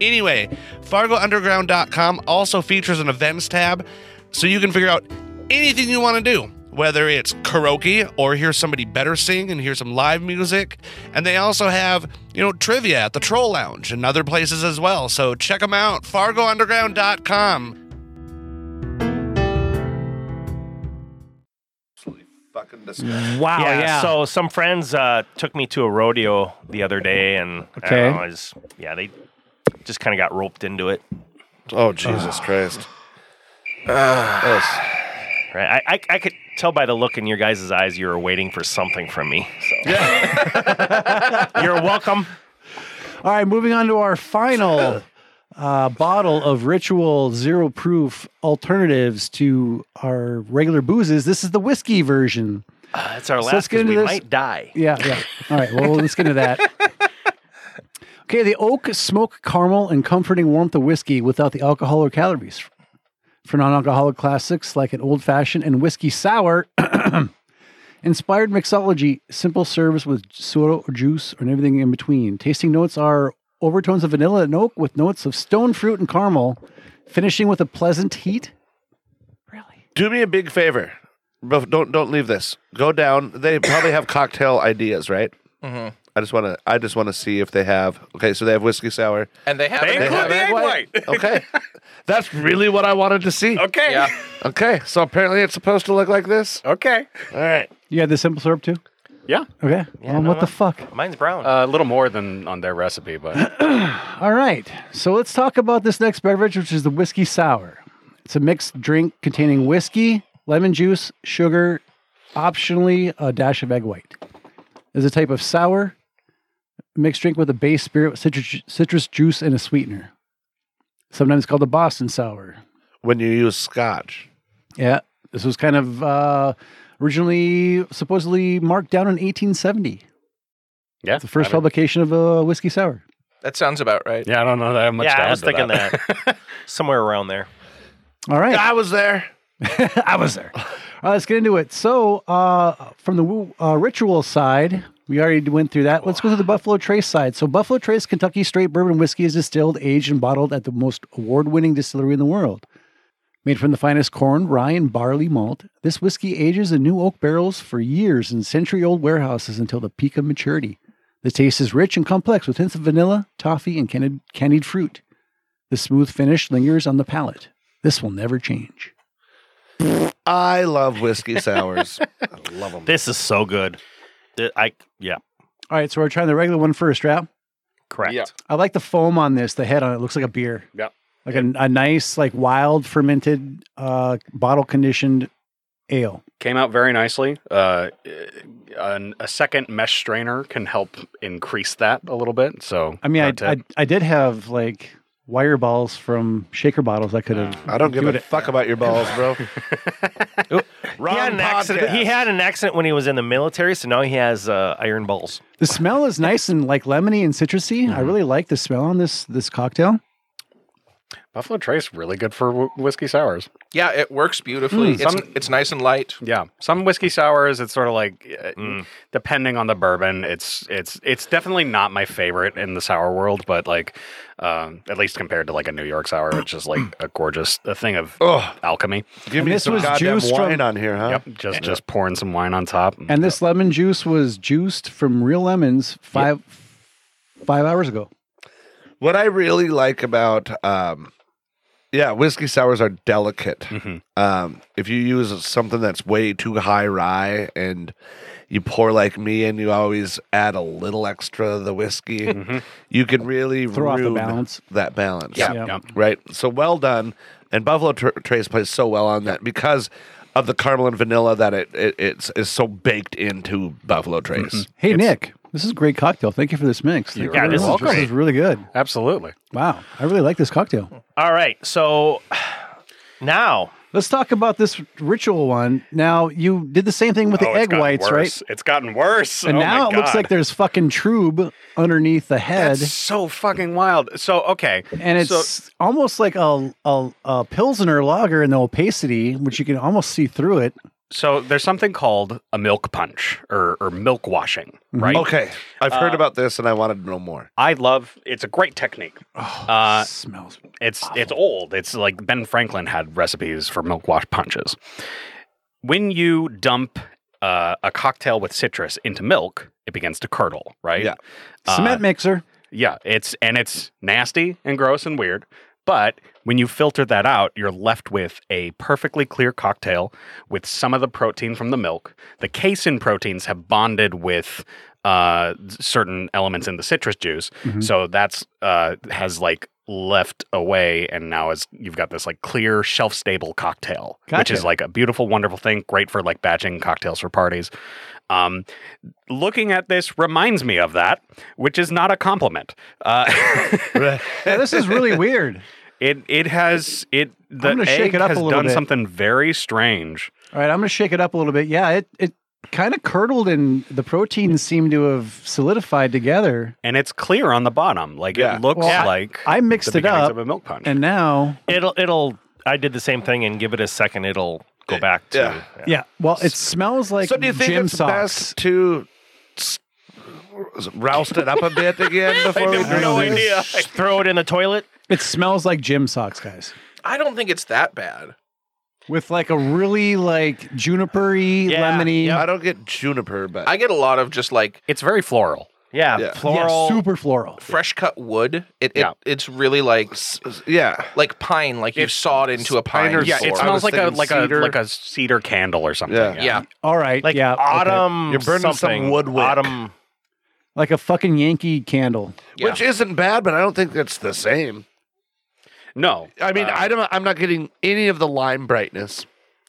B: Anyway, FargoUnderground.com also features an events tab so you can figure out anything you want to do, whether it's karaoke or hear somebody better sing and hear some live music. And they also have, you know, trivia at the Troll Lounge and other places as well. So check them out, FargoUnderground.com. Fucking disgusting.
C: Wow,
A: So some friends uh, took me to a rodeo the other day, and uh, I
C: Okay.
A: don't know, I just, yeah, they just kind of got roped into it.
B: Oh, Jesus Christ. Yes.
A: Right? I, I, I could tell by the look in your guys' eyes you were waiting for something from me. So. You're welcome.
C: All right, moving on to our final uh, bottle of Ritual Zero Proof alternatives to our regular boozes. This is the whiskey version.
A: Uh, it's our
C: So
A: last.
C: let's get
A: 'cause
C: into
A: we
C: this.
A: might die.
C: Yeah, yeah. All right. Well, let's get into that. Okay, the oak smoke caramel and comforting warmth of whiskey without the alcohol or calories. For non-alcoholic classics like an old fashioned and whiskey sour, inspired mixology, simple serves with soda or juice or everything in between. Tasting notes are overtones of vanilla and oak with notes of stone fruit and caramel, finishing with a pleasant heat. Really?
B: Do me a big favor. Bef- Don't don't leave this. Go down. They probably have cocktail ideas, right?
D: Mhm.
B: I just want to. I just want to see if they have. Okay, so they have whiskey sour.
D: And they have
A: They
B: They
A: include
B: have
A: the
B: egg
A: egg
B: white.
A: white.
B: Okay, that's really what I wanted to see.
A: Okay.
D: Yeah.
B: Okay, so apparently it's supposed to look like this.
A: Okay.
B: All right.
C: You had the simple syrup too?
E: Yeah. uh,
C: Okay. um,
A: no,
C: what the
A: no.
C: fuck?
A: Mine's brown.
E: A little more than on their recipe, but
C: All right. So let's talk about this next beverage, which is the whiskey sour. It's a mixed drink containing whiskey, lemon juice, sugar, optionally a dash of egg white. It's a type of sour mixed drink with a base spirit with citrus, citrus juice and a sweetener. Sometimes called a Boston sour.
B: When you use scotch,
C: Yeah. This was kind of uh, originally supposedly marked down in 1870.
E: yeah.
C: The first
E: I don't-
C: publication of a whiskey sour.
D: That sounds about right.
E: Yeah, I don't know that I have much.
A: yeah,
E: to
A: I
E: add
A: was
E: to
A: thinking
E: that.
A: that. somewhere around there.
C: All right.
B: I was there.
C: I was there. All right, let's get into it. So, uh, from the woo- uh, ritual side, we already went through that. Let's go to the Buffalo Trace side. So, Buffalo Trace Kentucky Straight Bourbon Whiskey is distilled, aged, and bottled at the most award winning distillery in the world. Made from the finest corn, rye, and barley malt, this whiskey ages in new oak barrels for years in century old warehouses until the peak of maturity. The taste is rich and complex with hints of vanilla, toffee, and candied, candied fruit. The smooth finish lingers on the palate. This will never change.
B: I love whiskey sours. I love them.
A: This is so good. Th- I yeah.
C: All right, so we're trying the regular one first, Rap.
A: Correct.
E: Yeah.
C: I like the foam on this. The head on it looks like a beer.
E: Yep.
C: Like a, a nice, like wild fermented, uh, bottle conditioned ale.
E: Came out very nicely. Uh, an, a second mesh strainer can help increase that a little bit. So
C: I mean, I,
E: pro
C: I
E: tip.
C: I did have like wire balls from shaker bottles. I could have.
B: I don't give a fuck about your balls, bro. Wrong
A: He had, an accident.
B: podcast.
A: he had an accident when he was in the military, so now he has uh, iron balls.
C: The smell is nice and like lemony and citrusy.
B: Mm-hmm.
C: I really like the smell on this this cocktail.
E: Buffalo Trace really good for w- whiskey sours.
D: Yeah, it works beautifully.
B: Hmm,
D: it's, it's nice and light.
E: Yeah, some whiskey sours it's sort of like uh,
A: Mm.
E: depending on the bourbon. It's it's it's definitely not my favorite in the sour world, but like um, at least compared to like a New York sour, which is like a gorgeous a thing of
B: Oh,
E: alchemy.
B: give me
C: this
B: some
C: was
B: goddamn
C: juice
B: wine
C: from-
B: on here, huh?
E: Yep, just just pouring some wine on top.
C: And this lemon juice was juiced from real lemons five five hours ago.
B: What I really like about, um, yeah, whiskey sours are delicate.
E: Mhm.
B: Um, if you use something that's way too high rye and you pour like me and you always add a little extra of the whiskey, you can really
C: Throw off the
B: ruin
C: balance.
B: That balance.
C: Yeah.
B: Right. So well done. And Buffalo Tr Trace plays so well on that because of the caramel and vanilla that it, it it's is so baked into Buffalo Trace.
C: Hey Nick, this is a great cocktail. Thank you for this mix. Thank you
A: Yeah,
C: very
A: this is
C: much.
A: great.
C: This is really good.
E: Absolutely.
C: Wow, I really like this cocktail.
A: All right, so now
C: Let's talk about this ritual one. Now you did the same thing with
E: Oh,
C: the egg whites, right?
E: It's gotten worse. Oh,
C: And now it looks like there's fucking trube underneath the head,
E: That's so fucking wild. So okay,
C: and it's
E: so-
C: almost like a, a a pilsner lager in the opacity, which you can almost see through it.
E: so there's something called a milk punch or, or milk washing,
C: Mm-hmm.
E: right?
B: Okay. I've heard about this and I wanted to know more.
E: I love. It's a great technique. uh,
C: smells.
E: it's it's old. It's like Ben Franklin had recipes for milk wash punches. When you dump uh, a cocktail with citrus into milk, it begins to curdle, right?
B: Yeah.
E: Uh,
C: Cement mixer.
E: Yeah, it's and it's nasty and gross and weird. But when you filter that out, you're left with a perfectly clear cocktail with some of the protein from the milk. The casein proteins have bonded with uh, certain elements in the citrus juice, so that's uh, has like left away, and now is you've got this like clear shelf stable cocktail, which
C: Gotcha.
E: is like a beautiful, wonderful thing. Great for like batching cocktails for parties. Um, looking at this reminds me of that, which is not a compliment. Uh,
C: Yeah, this is really weird.
E: it it has it the
C: gonna
E: egg
C: shake it up
E: has
C: a little
E: done
C: bit.
E: something very strange.
C: All right, I'm gonna shake it up a little bit. Yeah, it it kind of curdled and the proteins seem to have solidified together.
E: and it's clear on the bottom. Like
B: Yeah.
E: it looks
C: Well, I-
E: like
C: I mixed
E: the
C: it
E: beginnings
C: up,
E: of a milk punch.
C: and now
A: It'll it'll. I did the same thing and give it a second. It'll go back to.
B: Yeah.
C: yeah. Well, it smells like
B: so do you think
C: gym
B: it's
C: socks.
B: best to s- roust it up a bit again before we
C: have
B: drink
C: no
B: this?
C: idea.
A: Just throw it in the toilet.
C: It smells like gym socks, guys.
D: I don't think it's that bad.
C: With like a really like junipery
A: Yeah,
C: lemony,
B: I don't get juniper, but
D: I get a lot of just like
E: it's very floral.
A: Yeah,
B: Yeah.
A: floral.
C: Yeah, super floral.
D: fresh cut wood. It,
E: Yeah.
D: it it's really like
B: yeah,
D: like pine, like you've sawed into a pine.
B: spiner's
E: Yeah,
B: I
E: it
B: was
D: sword.
E: smells like a
B: thinking
E: like
B: cedar.
E: a like a cedar candle or something.
B: Yeah.
D: yeah.
C: All right,
A: Like
C: yeah, okay.
A: autumn.
B: You're burning some
A: something.
B: wood wick.
A: Autumn.
C: like a fucking Yankee candle.
D: Yeah.
B: which isn't bad, but I don't think that's the same.
E: No,
B: I mean,
E: Uh,
B: I don't. I'm not getting any of the lime brightness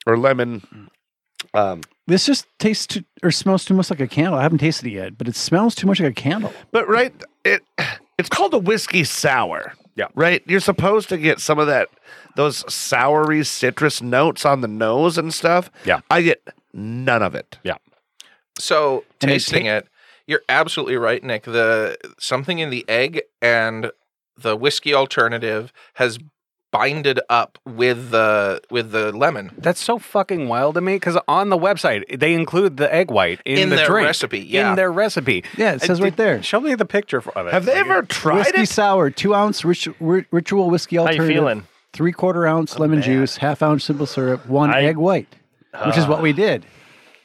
B: or lemon. Um,
C: This just tastes too, or smells too much like a candle. I haven't tasted it yet, but it smells too much like a candle.
B: but right, it it's called a whiskey sour.
E: Yeah.
B: right. You're supposed to get some of that those soury citrus notes on the nose and stuff.
E: Yeah.
B: I get none of it.
D: So
C: And it
D: tasting it, you're absolutely right, Nick. The something in the egg and the whiskey alternative has binded up with the with the lemon
E: that's so fucking wild to me because on the website they include the egg white in,
D: in,
E: the
D: their
E: drink
D: recipe. Yeah.
E: in their recipe.
C: Yeah, it says right there.
E: Show me the picture of it.
B: Have they ever tried
C: Whiskey
B: it?
C: sour, two ounce rit- rit- ritual whiskey
A: How you
C: alternative.
A: feeling?
C: Three quarter ounce lemon juice, half ounce simple syrup, one
A: I- Ah.
C: egg white, which is what we did.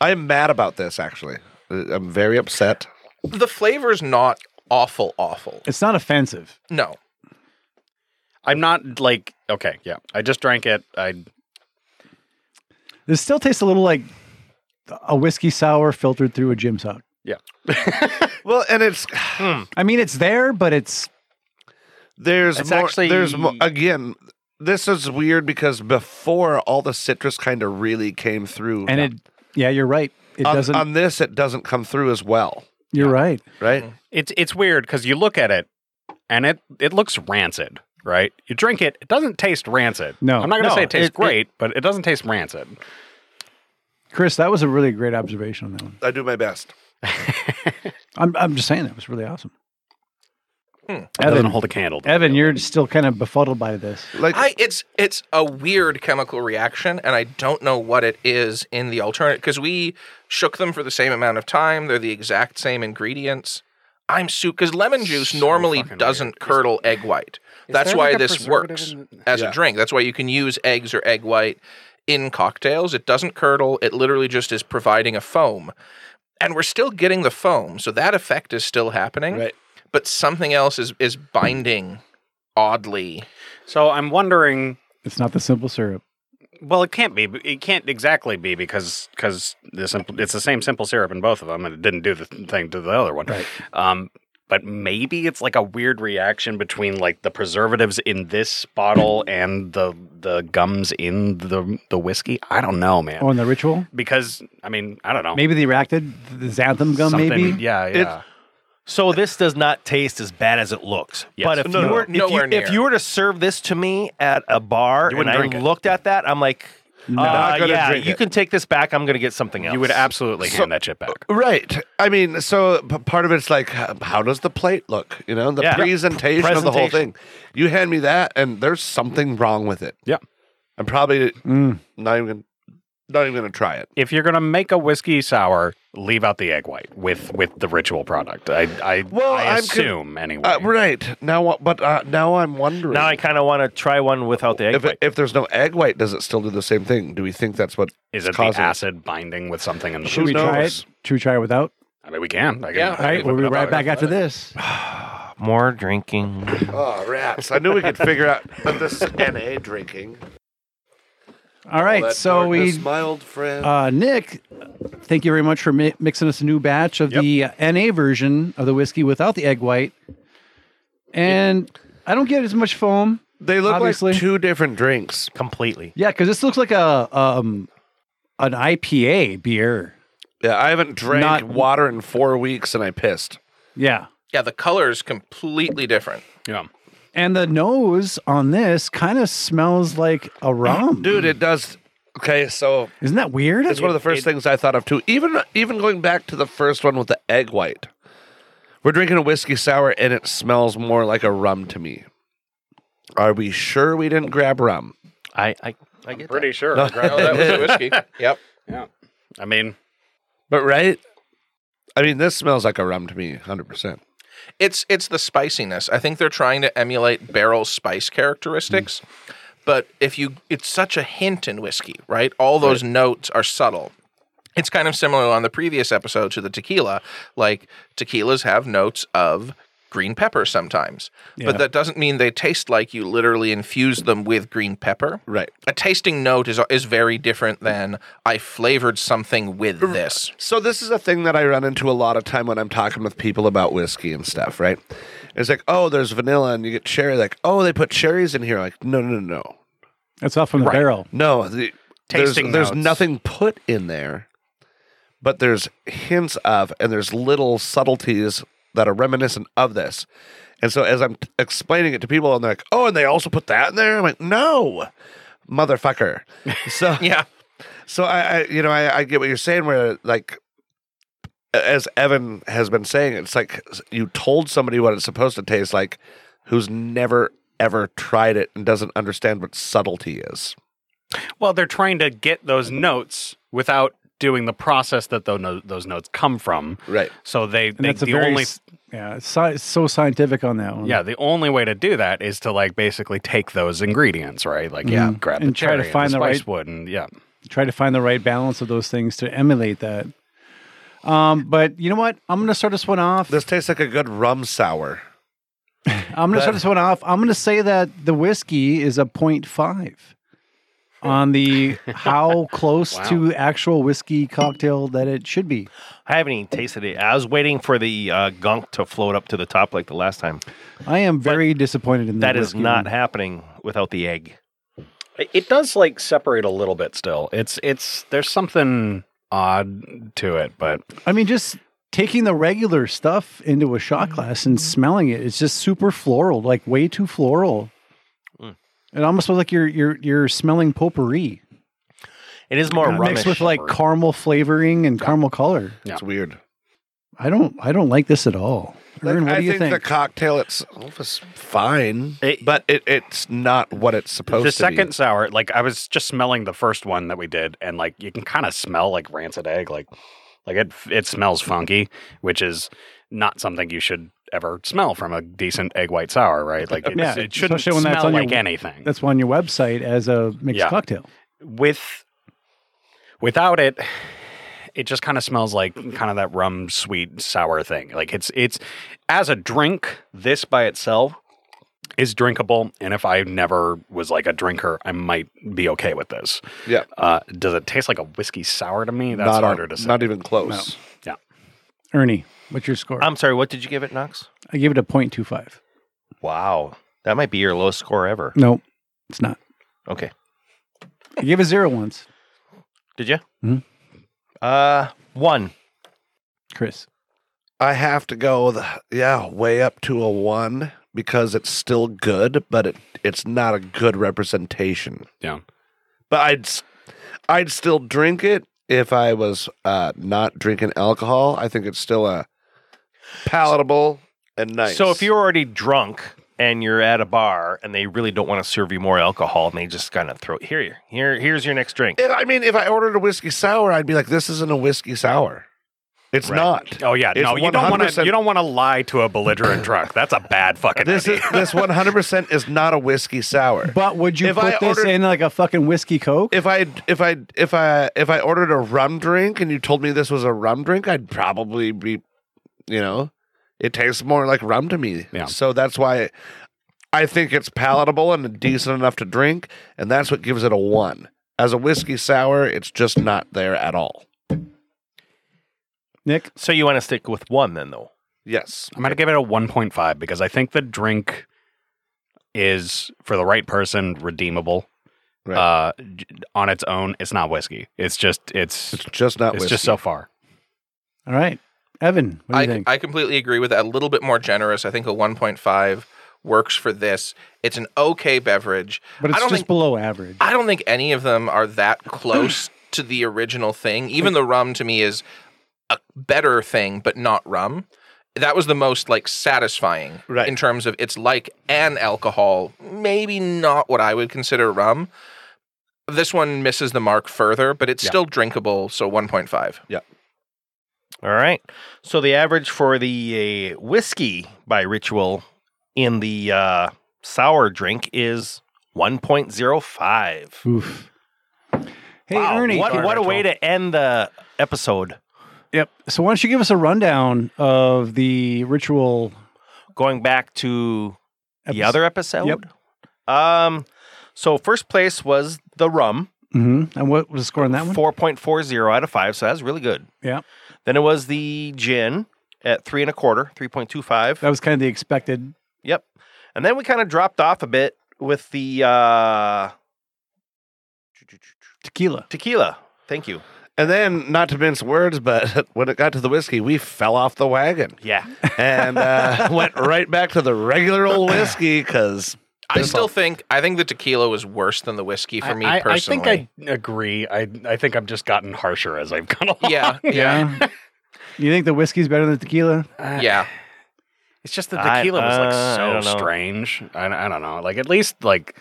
B: I'm mad about this. Actually, Uh, I'm very upset.
D: the flavor's not awful awful.
C: It's not offensive.
D: No.
E: I'm not like okay, yeah. I just drank it. I
C: This still tastes a little like a whiskey sour filtered through a gym sock.
B: Well, and it's
C: I mean, it's there, but it's
B: There's
E: It's
B: more,
E: actually-
B: there's more, again. This is weird because before all the citrus kind of really came through,
C: and it. Yeah, you're right. It
A: Um,
B: on,
C: doesn't.
B: on this it doesn't come through as well,
C: you're right.
B: right?
E: it's it's weird because you look at it and it it looks rancid, right? You drink it, it doesn't taste rancid.
C: No.
E: I'm not gonna
A: No,
E: say it tastes
A: it-
E: great, but it doesn't taste rancid.
C: Chris, that was a really great observation on that one.
B: I do my best.
C: I'm, I'm just saying that was really awesome.
E: It doesn't
C: Evan,
E: hold a candle. to
C: Evan, you're still kind of befuddled by this.
B: Like
D: I it's it's a weird chemical reaction, and I don't know what it is in the alternate because we shook them for the same amount of time. They're the exact same ingredients. I'm soup because lemon juice normally
E: fucking
D: doesn't curdle egg white. That's
E: there,
D: why
E: like, a
D: this
E: preservative
D: works
E: in
D: as
B: Yeah.
D: a drink. That's why you can use eggs or egg white in cocktails. It doesn't curdle. It literally just is providing a foam, and we're still getting the foam, so that effect is still happening.
B: Right.
D: But something else is is binding oddly.
E: So I'm wondering.
C: It's not the simple syrup.
E: Well, it can't be. It can't exactly be because because the simple, it's the same simple syrup in both of them, and it didn't do the thing to the other one.
C: Right.
E: Um, but maybe it's like a weird reaction between like the preservatives in this bottle and the the gums in the the whiskey. I don't know, man.
C: On the ritual,
E: because I mean, I don't know.
C: maybe they reacted the xanthan gum.
E: Something-
C: Maybe
E: Yeah, yeah.
A: So this does not taste as bad as it looks.
E: Yes.
A: But if
D: No,
A: you
D: no,
A: were
D: no.
A: if you,
D: Nowhere near.
A: if you were to serve this to me at a bar
E: You
A: and
E: wouldn't
A: I
E: drink it.
A: looked at that, I'm like,
B: not
A: uh,
B: gonna
A: yeah,
B: drink
A: you
B: it.
A: can take this back. I'm going to get something else.
E: you would absolutely
B: So-
E: hand that shit back.
B: right. I mean, so p- part of it's like, h- how does the plate look? You know, the
A: Yeah.
B: presentation, of the whole
A: Presentation.
B: thing. You hand me that, and there's something wrong with it.
E: Yeah.
B: I'm probably not even gonna- not even going to try it.
E: If you're gonna make a whiskey sour, leave out the egg white with with the ritual product. I I,
B: Well,
E: I
B: I'm con-
E: assume anyway.
B: Uh, right now, uh, but uh, now I'm wondering.
A: Now I kind of want to try one without the egg
B: if,
A: white.
B: it, if there's no egg white, does it still do the same thing? Do we think that's what
E: Is it the
B: causing it?
E: acid binding with something in the
C: should we
E: booze?
C: try
B: knows?
C: it? Should we try it without?
E: I mean, we can. I can
D: Yeah.
E: I
C: All
E: can
C: right,
E: whip
C: we'll
E: it
C: be
E: up.
C: right back after this.
A: More drinking.
B: Oh, rats. I knew we could figure out but this NA drinking.
C: All right,
B: That
C: so
B: darkness,
C: we,
B: My old friend.
C: uh, Nick, thank you very much for mi- mixing us a new batch of the uh, NA version of the whiskey without the egg white. And I don't get as much foam.
B: they look
C: obviously-
B: like two different drinks.
A: Completely.
C: Yeah, because this looks like a um an IPA beer.
B: Yeah, I haven't drank
C: Not-
B: water in four weeks and I pissed.
C: Yeah.
D: Yeah, the color is completely different.
E: Yeah.
C: And the nose on this kind of smells like a rum.
B: Mm. Dude, it does. Okay, so
C: Isn't that weird?
B: it's one of the first things I thought of too. Even even going back to the first one with the egg white, we're drinking a whiskey sour and it smells more like a rum to me. Are we sure we didn't grab rum?
E: I, I,
A: I get
E: pretty sure.
D: No, Oh, that was the whiskey. Yep.
E: I mean,
B: But right, I mean, this smells like a rum to me, hundred percent.
D: It's it's the spiciness. I think they're trying to emulate barrel spice characteristics. But if you it's such a hint in whiskey, right? All those notes are subtle. It's kind of similar on the previous episode to the tequila. Like tequilas have notes of green pepper sometimes. But that doesn't mean they taste like you literally infuse them with green pepper.
B: Right.
D: A tasting note is is very different than I flavored something with this.
B: So this is a thing that I run into a lot of time when I'm talking with people about whiskey and stuff, right? It's like, oh, there's vanilla and you get cherry. Like, oh, they put cherries in here. Like, no, no, no, no.
C: That's off from the barrel.
B: No, the, there's,
E: Tasting
B: there's
E: notes.
B: nothing put in there, but there's hints of, and there's little subtleties that are reminiscent of this. And so as I'm t- explaining it to people, and they're like, oh, and they also put that in there? I'm like, no, motherfucker. So,
D: Yeah.
B: so I, I you know, I, I get what you're saying, where like, as Evan has been saying, it's like you told somebody what it's supposed to taste like who's never, ever tried it and doesn't understand what subtlety is.
E: well, they're trying to get those notes without doing the process that those, no- those notes come from.
B: Right.
E: So they,
C: And
E: they
C: that's a
E: the
C: very,
E: only
C: s- yeah, it's sci- so scientific on that one.
E: yeah, the only way to do that is to like basically take those ingredients, right? Like yeah,
C: Mhm.
E: grab
C: And
E: the
C: try to
E: cherry
C: find
E: and
C: the
E: the spice
C: right-
E: wood and yeah.
C: try to find the right balance of those things to emulate that. Um, but you know what? I'm gonna start this one off.
B: This tastes like a good rum sour.
C: I'm gonna start this one off. I'm gonna say that the whiskey is a 0.5 on the how close to actual whiskey cocktail that it should be.
A: I haven't even tasted it. I was waiting for the uh, gunk to float up to the top like the last time.
C: I am very disappointed in the
A: That is
C: whiskey one.
A: not happening without the egg.
E: It- It does like separate a little bit still. It's it's there's something odd to it, but
C: I mean, just taking the regular stuff into a shot
A: Mm.
C: glass and smelling it, it's just super floral, like way too floral.
A: Mm.
C: It almost smells like you're you're you're smelling potpourri
A: It is more rum.
C: Uh, mixed with like caramel flavoring and caramel color.
E: Yeah.
B: It's weird.
C: I don't I don't like this at all.
B: Like,
C: Aaron, what
B: I
C: do you
B: think,
C: think?
B: the cocktail itself is fine,
E: It-
B: but it, it's not what it's supposed
E: the
B: to
E: second
B: be.
E: sour, like I was just smelling the first one that we did, and like you can kind of smell like rancid egg, like like it it smells funky, which is not something you should ever smell from a decent egg white sour, right? Like it,
C: Yeah,
E: it shouldn't
C: especially when
E: smell
C: that's on your-
E: like anything.
C: That's on your website as a mixed
E: Yeah.
C: cocktail.
E: With without it, it just kind of smells like
B: Mm-hmm.
E: kind of that rum sweet sour thing. Like it's it's as a drink, this by itself is drinkable, and if I never was like a drinker, I might be okay with this.
B: Yeah,
E: Uh, does it taste like a whiskey sour to me? That's
B: not
E: harder
B: on-
E: to say.
B: Not even close.
C: Ernie, what's your score?
A: I'm sorry, what did you give it, Knox?
C: I give it a 0.25.
A: Wow. That might be your lowest score ever.
C: No, it's not.
A: Okay.
C: I gave it zero once,
A: Did you?
C: Mhm.
A: Uh, one.
C: Chris.
B: I have to go. With, yeah, way up to a one because it's still good, but it it's not a good representation.
E: Yeah.
B: but I'd s- I'd still drink it if I was uh, not drinking alcohol. I think it's still a palatable and nice.
A: So if you're already drunk and you're at a bar and they really don't want to serve you more alcohol and they just kind of throw here, you- here, here's your next drink.
B: If- I mean, if I ordered a whiskey sour, I'd be like, "This isn't a whiskey sour. It's
A: Right.
B: not.
E: Oh yeah,
B: It's
E: no, you don't want to.
B: 100%
E: You don't want to lie to a belligerent drunk. That's a bad fucking
B: This
E: idea.
B: is this one hundred percent is not a whiskey sour.
C: But would you
B: If
C: put
B: I
C: this
B: ordered-
C: in like a fucking whiskey coke?
B: if I if I if I if I ordered a rum drink and you told me this was a rum drink, I'd probably be, you know, it tastes more like rum to me.
E: Yeah.
B: So that's why I think it's palatable and decent enough to drink, and that's what gives it a one. As a whiskey sour, it's just not there at all.
C: Nick,
A: So you want to stick with one then, though?
B: Yes.
E: I'm gonna give it a 1.5 because I think the drink is for the right person redeemable.
B: Right.
E: Uh, j- on its own, it's not whiskey. It's just it's
B: It's
E: it's
B: just not whiskey.
E: just so far.
C: all right. Evan, what do you
D: I,
C: think?
D: I completely agree with that. A little bit more generous. I think a 1.5 works for this. It's an okay beverage.
C: But it's
D: I don't
C: just
D: think,
C: below average.
D: I don't think any of them are that close to the original thing. Even
C: Mm.
D: the rum to me is a better thing, but not rum. That was the most like satisfying
B: Right.
D: in terms of it's like an alcohol, maybe not what I would consider rum. This one misses the mark further, but it's still drinkable, so 1.5.
A: All right. So the average for the uh, whiskey by Ritual in the uh, sour drink is 1.05.
C: Oof. Hey
A: Wow,
C: Ernie,
A: What, what a way to end the episode.
C: Yep. So why don't you give us a rundown of the ritual?
A: Going back to the
C: episode?
A: other episode. Yep. Um, so first place was the rum,
C: Mhm. And what was the score on that one?
A: 4.40 out of 5. So that's really good.
C: Yeah.
A: Then it was the gin at three and a quarter, 3.25.
C: That was kind of the expected.
A: Yep. And then we kind of dropped off a bit with the uh,
C: Tequila.
A: tequila. Thank you.
B: And then, not to mince words, but when it got to the whiskey, we fell off the wagon
A: Yeah.
B: and uh, went right back to the regular old whiskey because
D: I still think I think the tequila was worse than the whiskey for me
E: I,
D: personally.
E: I think I agree. I I think I've just gotten harsher as I've gone along.
D: yeah, yeah,
C: Yeah. you think the whiskey's better than the tequila?
D: yeah.
E: It's just the
A: I-
E: tequila was like
A: uh, I
E: so
A: don't know.
E: strange. I, I don't know. Like at least like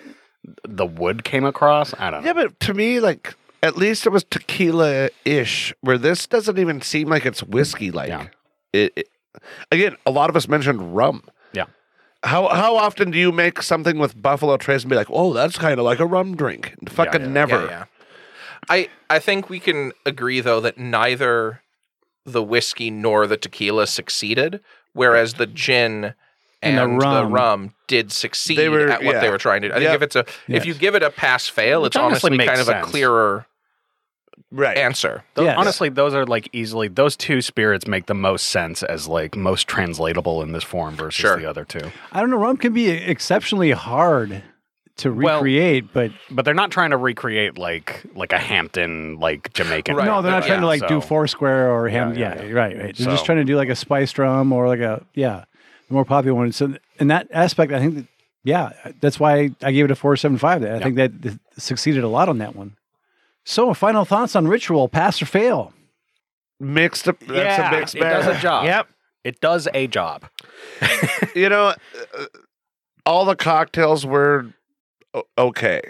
E: the wood came across. I don't know.
B: Yeah, but to me, like at least it was tequila ish, where this doesn't even seem like it's whiskey like.
E: Yeah.
B: It, it- again, a lot of us mentioned rum.
E: Yeah.
B: How how often do you make something with Buffalo Trace and be like, oh, that's kind of like a rum drink? Fucking
E: yeah, yeah.
B: never.
D: Yeah, yeah. I I think we can agree though that neither the whiskey nor the tequila succeeded, whereas the gin and,
C: And the
D: the, rum.
C: rum.
D: did succeed
B: They were-
D: at what
B: yeah.
D: they were trying to. do. I
B: Yeah.
D: think if it's a if
C: Yes.
D: you give it a pass fail,
E: Which
D: it's
E: honestly
D: honestly,
E: makes
D: kind of a
E: sense.
D: clearer
B: Right.
D: answer.
E: Tho-
C: Yes.
E: Honestly, those are like easily those two spirits make the most sense as like most translatable in this form versus
D: Sure.
E: the other two.
C: I don't know. Rum can be exceptionally hard to
E: Well-
C: recreate, but
E: But they're not trying to recreate like like a Hampton like Jamaican.
D: Right.
C: no, they're not
D: Yeah,
C: trying to like do
E: so-
C: Foursquare or
E: Yeah,
C: ham.
E: yeah,
C: Yeah,
E: yeah.
C: right, right. They're
E: So-
C: just trying to do like a spiced rum or like a yeah, the more popular one. So in that aspect, I think that yeah, that's why I gave it a four seven five. There, I
E: Yeah.
C: think that th- succeeded a lot on that one. So, final thoughts on ritual: pass or fail?
B: Mixed up. That's
E: yeah,
B: a mixed
E: it does a
B: bag.
E: job.
A: Yep.
E: It does a job.
B: you know, uh, all the cocktails were o- okay.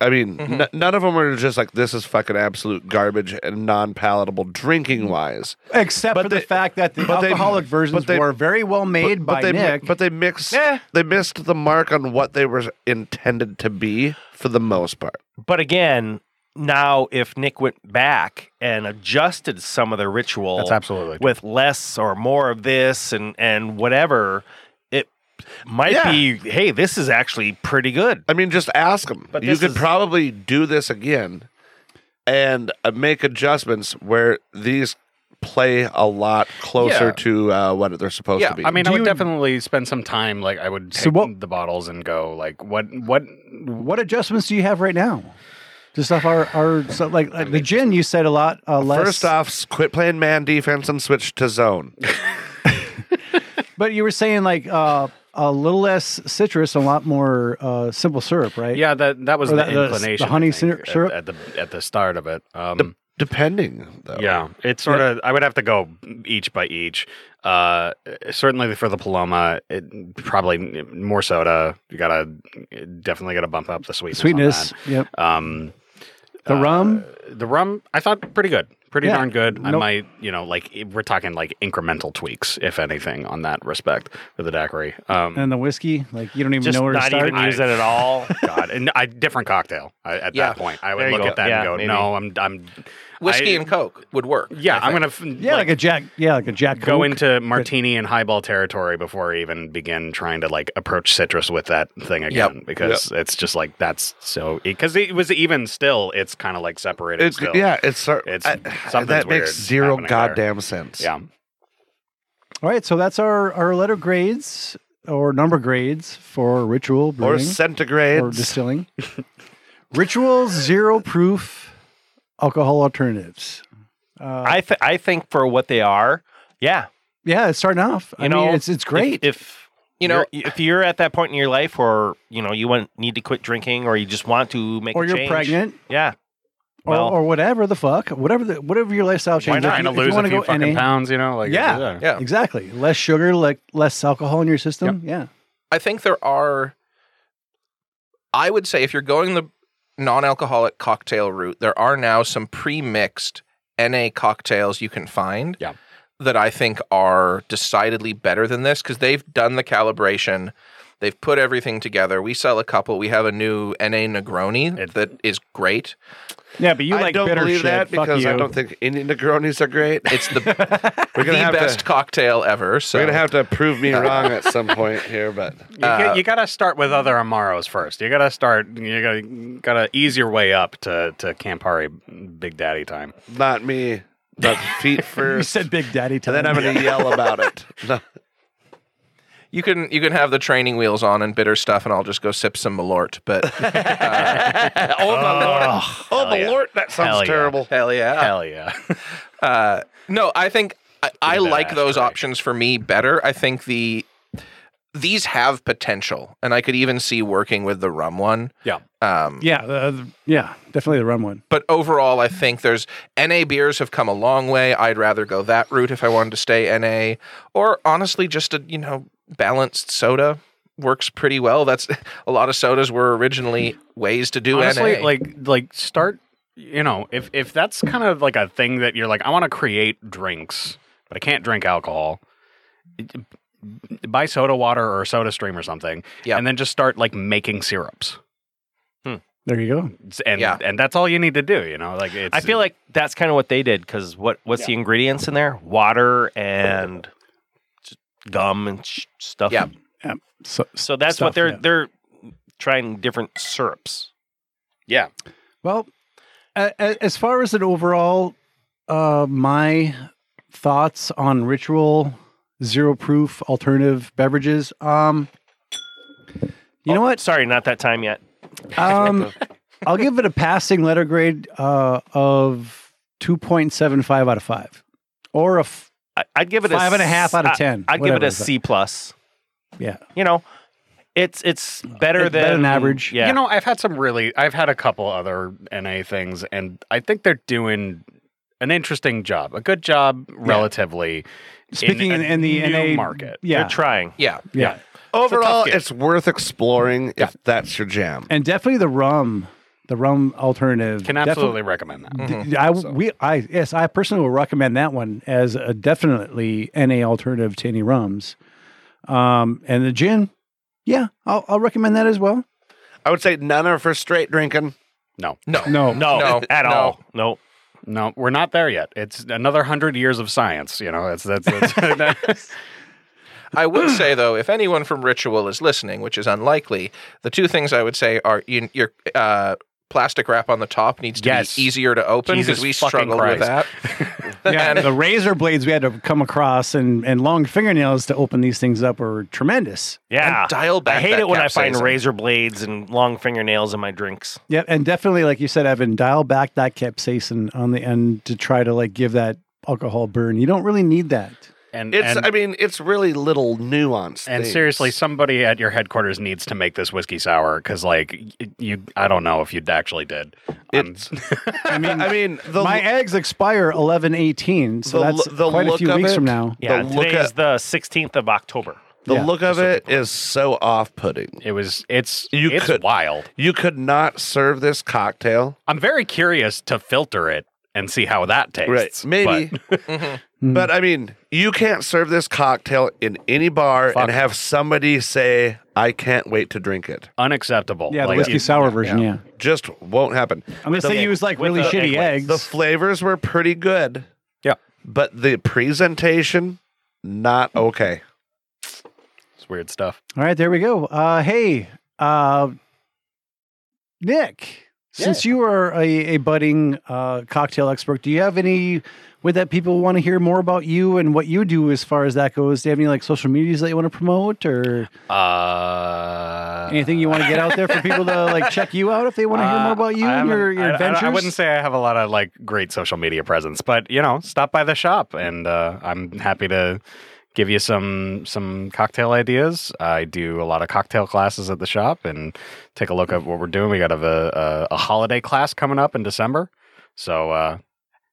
B: I mean,
D: Mhm.
B: n- none of them were just like this is fucking absolute garbage and non palatable drinking wise.
C: Except
B: But
C: for
B: they-
C: the fact that the
B: but they-
C: alcoholic versions
B: but they-
C: were very well made by
B: they, mi-
C: Nick.
B: But they mixed. They missed the mark on what they were intended to be for the most part.
A: But again, now if Nick went back and adjusted some of the ritual
E: That's absolutely true.
A: with less or more of this and and whatever, it might
B: Yeah.
A: be hey, this is actually pretty good.
B: I mean, just ask them.
A: But
B: you
A: this
B: could
A: is-
B: probably do this again and uh, make adjustments where these play a lot closer
D: Yeah.
B: to uh, what they're supposed
D: Yeah,
B: to be.
E: I mean,
C: Do
E: I would
C: you-
E: definitely spend some time. Like, I would take
C: So what-
E: the bottles and go, like, what, what?
C: what adjustments do you have right now? Just off our our so like, like the gin, you said a lot uh, less.
B: First off, s- quit playing man defense and switch to zone.
C: But you were saying like uh, a little less citrus, a lot more uh, simple syrup, right?
E: Yeah, that that was
C: Or
E: the
C: that- the-
E: inclination.
C: the honey
E: I think,
C: syr- syrup?
E: at, at the at the start of it. Um,
B: Depending, though.
E: yeah, it's sort of. I would have to go each by each. Uh, certainly for the Paloma, it, probably more soda. You gotta definitely gotta bump up the sweetness. on
C: Sweetness. Yep.
E: that. Um,
C: The
E: uh,
C: rum?
E: the rum, I thought pretty good, pretty
C: Yeah.
E: darn good. I
C: Nope.
E: might, you know, like i- we're talking like incremental tweaks, if anything, on that respect for the daiquiri. Um,
C: And the whiskey, like you don't even
A: Just
C: know where to
A: not
C: start.
A: even use it at all.
E: God, and I different cocktail I, at
D: Yeah.
E: that point. I
A: There
E: would
A: you
E: look
A: go.
E: at that
A: Yeah,
E: and go,
A: maybe.
E: no, I'm, I'm
D: Whiskey
E: I-
D: and Coke would work.
E: yeah,
D: I
E: I'm
D: think.
E: gonna f-
C: yeah, like,
E: like,
C: a Jack. Yeah, like a Jack.
E: go
C: Coke.
E: into martini and highball territory before I even begin trying to like approach citrus with that thing again because it's just like that's so because it was even still it's kind of like separated.
B: It's,
E: still.
B: yeah, it's, sort-
E: It's-
B: I-
E: something's
B: that
E: weird
B: makes zero
E: happening there.
B: goddamn sense.
E: yeah.
C: All right, so that's our our letter grades or number grades for ritual
B: Or
C: brewing
B: centigrades.
C: or distilling. ritual zero proof alcohol alternatives. Uh,
A: I th- I think for what they are, yeah.
C: yeah, it's starting off. I
A: You
C: mean,
A: know,
C: it's it's great.
A: If, if
D: You know,
A: You're- if you're at that point in your life where you know you want need to quit drinking or you just want to make
C: or
A: a
C: you're
A: change,
C: pregnant,
A: yeah,
C: or,
A: Well-
C: or whatever the fuck, whatever the, whatever your lifestyle
E: Why
C: change.
E: not? Trying to lose a
C: wanna
E: few fucking
C: NA,
E: pounds, you know? Like
C: Yeah.
D: yeah.
C: Exactly. Less sugar, like less alcohol in your system. Yeah.
D: I think there are. I would say if you're going the non-alcoholic cocktail route, there are now some pre-mixed NA cocktails you can find.
E: Yeah.
D: That I think are decidedly better than this because they've done the calibration. They've put everything together. We sell a couple. We have a new NA Negroni
E: It-
D: that is great.
E: Yeah, but you
B: I
E: like
B: don't
E: bitter
B: believe
E: shit.
B: that
E: Fuck
B: because I
E: you.
B: don't think Indian Negronis are great.
D: It's the,
B: We're
D: the
B: gonna have
D: best
B: to
D: cocktail ever. So
B: we're gonna have to prove me wrong at some point here, but
E: You, get- you gotta start with other Amaros first. You gotta start. You gotta gotta ease your way up to to Campari Big Daddy time.
B: not me. But feet
C: You
B: first,
C: said Big Daddy
B: and then I'm gonna yell about it. No.
D: You can you can have the training wheels on and bitter stuff, and I'll just go sip some Malort. But uh,
B: Oh my lord! Oh my
E: yeah.
B: lord! That sounds
E: Hell yeah.
B: terrible.
D: hell yeah,
E: Hell yeah!
D: Uh, no, I think I, I
E: that
D: like those
E: ashtray.
D: options for me better. I think the these have potential, and I could even see working with the rum one.
E: Yeah.
D: Um,
C: yeah. Uh, th- yeah. Definitely the rum one.
D: But overall, I think there's NA beers have come a long way. I'd rather go that route if I wanted to stay NA, or honestly, just a you know balanced soda works pretty well. That's a lot of sodas were originally ways to do
E: Honestly,
D: NA.
E: like like start. You know, if if that's kind of like a thing that you're like, I want to create drinks, but I can't drink alcohol. it- Buy soda water or soda stream or something,
D: Yeah.
E: and then just start like making syrups,
C: There you go.
E: It's- and
D: Yeah.
E: and that's all you need to do. You know, like it's,
A: I feel like that's kind of what they did because what what's the ingredients in there? Water and just gum and sh- stuff.
D: Yeah.
C: So,
A: So that's
C: Stuff,
A: what they're
C: yeah.
A: they're trying different syrups.
C: well, a- a- as far as an overall, uh, my thoughts on ritual zero proof alternative beverages. Um, you know
A: Oh,
C: what?
A: Sorry, not that time yet.
C: Um, I'll give it a passing letter grade uh, of 2.75 out of 5 or a f-
A: I, I'd give it
C: five
A: a
C: and a half out of
A: s-
C: 10.
A: I, would give it
C: whatever,
A: a
C: but-
A: C plus.
C: Yeah.
A: You know, it's it's better
C: It's
A: than Mm,
C: better than average.
A: Yeah.
E: You know, I've had some really, I've had a couple other NA things, and I think they're doing an interesting job, a good job, relatively.
C: Speaking in,
E: a
C: in the
E: new
C: NA
E: market.
C: Yeah.
A: they're trying.
D: yeah,
C: yeah.
B: Overall,
E: gig.
B: it's worth exploring if that's your jam.
C: And definitely the rum, the rum alternative.
E: Can
C: defi-
E: absolutely recommend that.
A: Mm-hmm.
C: D- I we I yes I personally will recommend that one as a definitely NA alternative to any rums, um and the gin, yeah I'll, I'll recommend that as well.
B: I would say none are for straight drinking.
E: No,
D: no,
C: No,
A: No,
D: No,
A: at
D: no.
A: all. No.
E: no, we're not there yet. It's another hundred years of science. You know, that's that's. that's
D: I would say though, if anyone from Ritual is listening, which is unlikely, the two things I would say are you, your uh, plastic wrap on the top needs to
E: Yes.
D: be easier to open
E: Jesus
D: because we
E: fucking
D: struggled with that.
C: yeah
D: And-
C: the razor blades we had to come across and and long fingernails to open these things up were tremendous.
A: Yeah.
D: dial back
A: I hate
D: that
A: it when I find
D: capsaicin.
A: razor blades and long fingernails in my drinks.
C: Yep, and definitely like you said, Evan, dial back that capsaicin on the end to try to like give that alcohol burn. You don't really need that.
E: and
B: It's,
E: and,
B: I mean, it's really little nuance.
E: and seriously, somebody at your headquarters needs to make this whiskey sour because, like, y- you, I don't know if you actually did. Um,
B: It's- I mean, I mean, the,
C: My eggs expire eleven eighteen, so
B: The
C: that's
B: lo- the
C: quite a
B: look
C: few
B: of
C: weeks
B: it-
C: from now.
A: Yeah.
B: The look
A: Today is
B: at-
A: the sixteenth of October.
B: the
C: yeah,
B: look of it is so off-putting.
E: it was. It's
B: You
E: it's
B: could-
E: wild.
B: You could not serve this cocktail,
E: I'm very curious to filter it and see how that tastes.
B: Maybe, Mm-hmm.
E: but- Hmm.
B: but I mean, you can't serve this cocktail in any bar
E: Fuck.
B: and have somebody say, "I can't wait to drink it."
E: unacceptable.
C: Yeah, the
E: Like,
C: whiskey
E: you-
C: sour version. Yeah,
B: Just won't happen.
C: unless they use like really
A: the
C: shitty
A: egg
C: eggs.
B: The flavors were pretty good.
E: Yeah.
B: But the presentation, not okay.
E: It's weird stuff.
C: All right, there we go. Uh, hey, uh, Nick, since you are a, a budding uh, cocktail expert, do you have any way that people want to hear more about you and what you do as far as that goes? Do you have any like social medias that you want to promote or
E: Uh,
C: anything you want to get out there for people to like check you out if they want to hear more about you
E: I
C: and your,
E: haven't- Uh, I-
C: your
E: I-
C: adventures?
E: I, wouldn't say I have a lot of like great social media presence, but you know, stop by the shop and uh, I'm happy to give you some some cocktail ideas. I do a lot of cocktail classes at the shop, and take a look at what we're doing. We got a a, a holiday class coming up in December, so uh,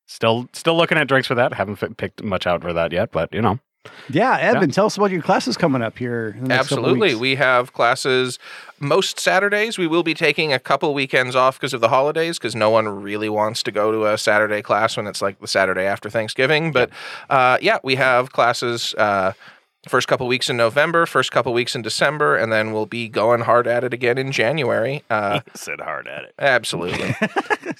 E: still still looking at drinks for that. Haven't f- picked much out for that yet, but you know.
C: Yeah, Evan, tell us about your classes coming up here. in the next couple
D: Absolutely.
C: weeks.
D: We have classes most Saturdays. We will be taking a couple weekends off because of the holidays, because no one really wants to go to a Saturday class when it's like the Saturday after Thanksgiving. But uh, yeah, we have classes. Uh, First couple weeks in November, first couple weeks in December, and then we'll be going hard at it again in January. Uh,
A: Sit hard at it.
D: Absolutely.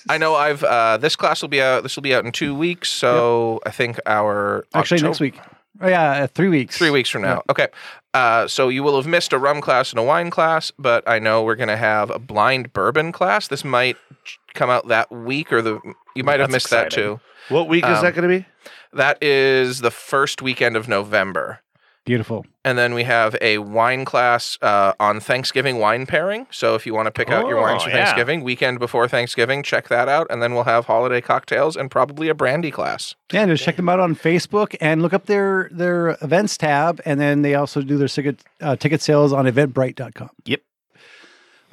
D: I know I've uh, this class will be out this will be out in 2 weeks, so I think our
C: actually
D: October-
C: next week. Oh, yeah, uh, three weeks.
D: Three weeks from now. Okay. Uh, so you will have missed a rum class and a wine class, but I know we're going to have a blind bourbon class. This might ch- come out that week or the you might have
E: That's
D: missed that
E: exciting.
D: too.
B: What week is
D: Um,
B: that going to be?
D: That is the first weekend of November.
C: Beautiful.
D: And then we have a wine class uh, on Thanksgiving wine pairing. So if you want to pick out your
A: Oh,
D: wines for
A: yeah.
D: Thanksgiving, weekend before Thanksgiving, check that out. And then we'll have holiday cocktails and probably a brandy class.
C: Yeah, just check them out on Facebook and look up their their events tab, and then they also do their ticket uh, ticket sales on Eventbrite.com.
E: Yep.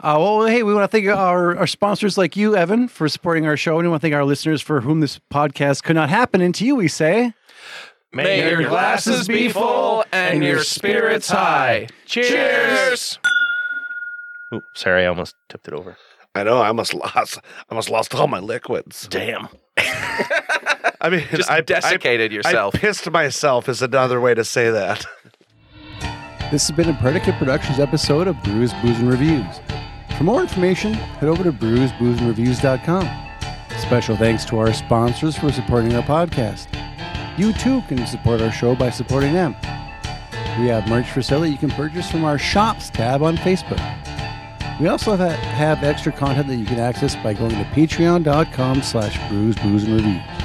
C: Uh, well, hey, we want to thank our, our sponsors like you, Evan, for supporting our show, and we want to thank our listeners for whom this podcast could not happen. And to you, we say.
D: May your glasses be full and your spirits high. Cheers!
A: Oop, sorry, I almost tipped it over.
B: I know I almost lost. I almost lost all my liquids.
A: Damn.
B: I mean,
D: Just
B: I
D: desiccated
B: I-
D: yourself.
B: I pissed myself is another way to say that.
F: This has been a Predicate Productions episode of Brews, Booze, and Reviews. For more information, head over to brewsboozeandreviews.com. Special thanks to our sponsors for supporting our podcast. You too can support our show by supporting them. We have merch for sale that you can purchase from our Shops tab on Facebook. We also have, have extra content that you can access by going to patreon.com slash brews, booze, and reviews.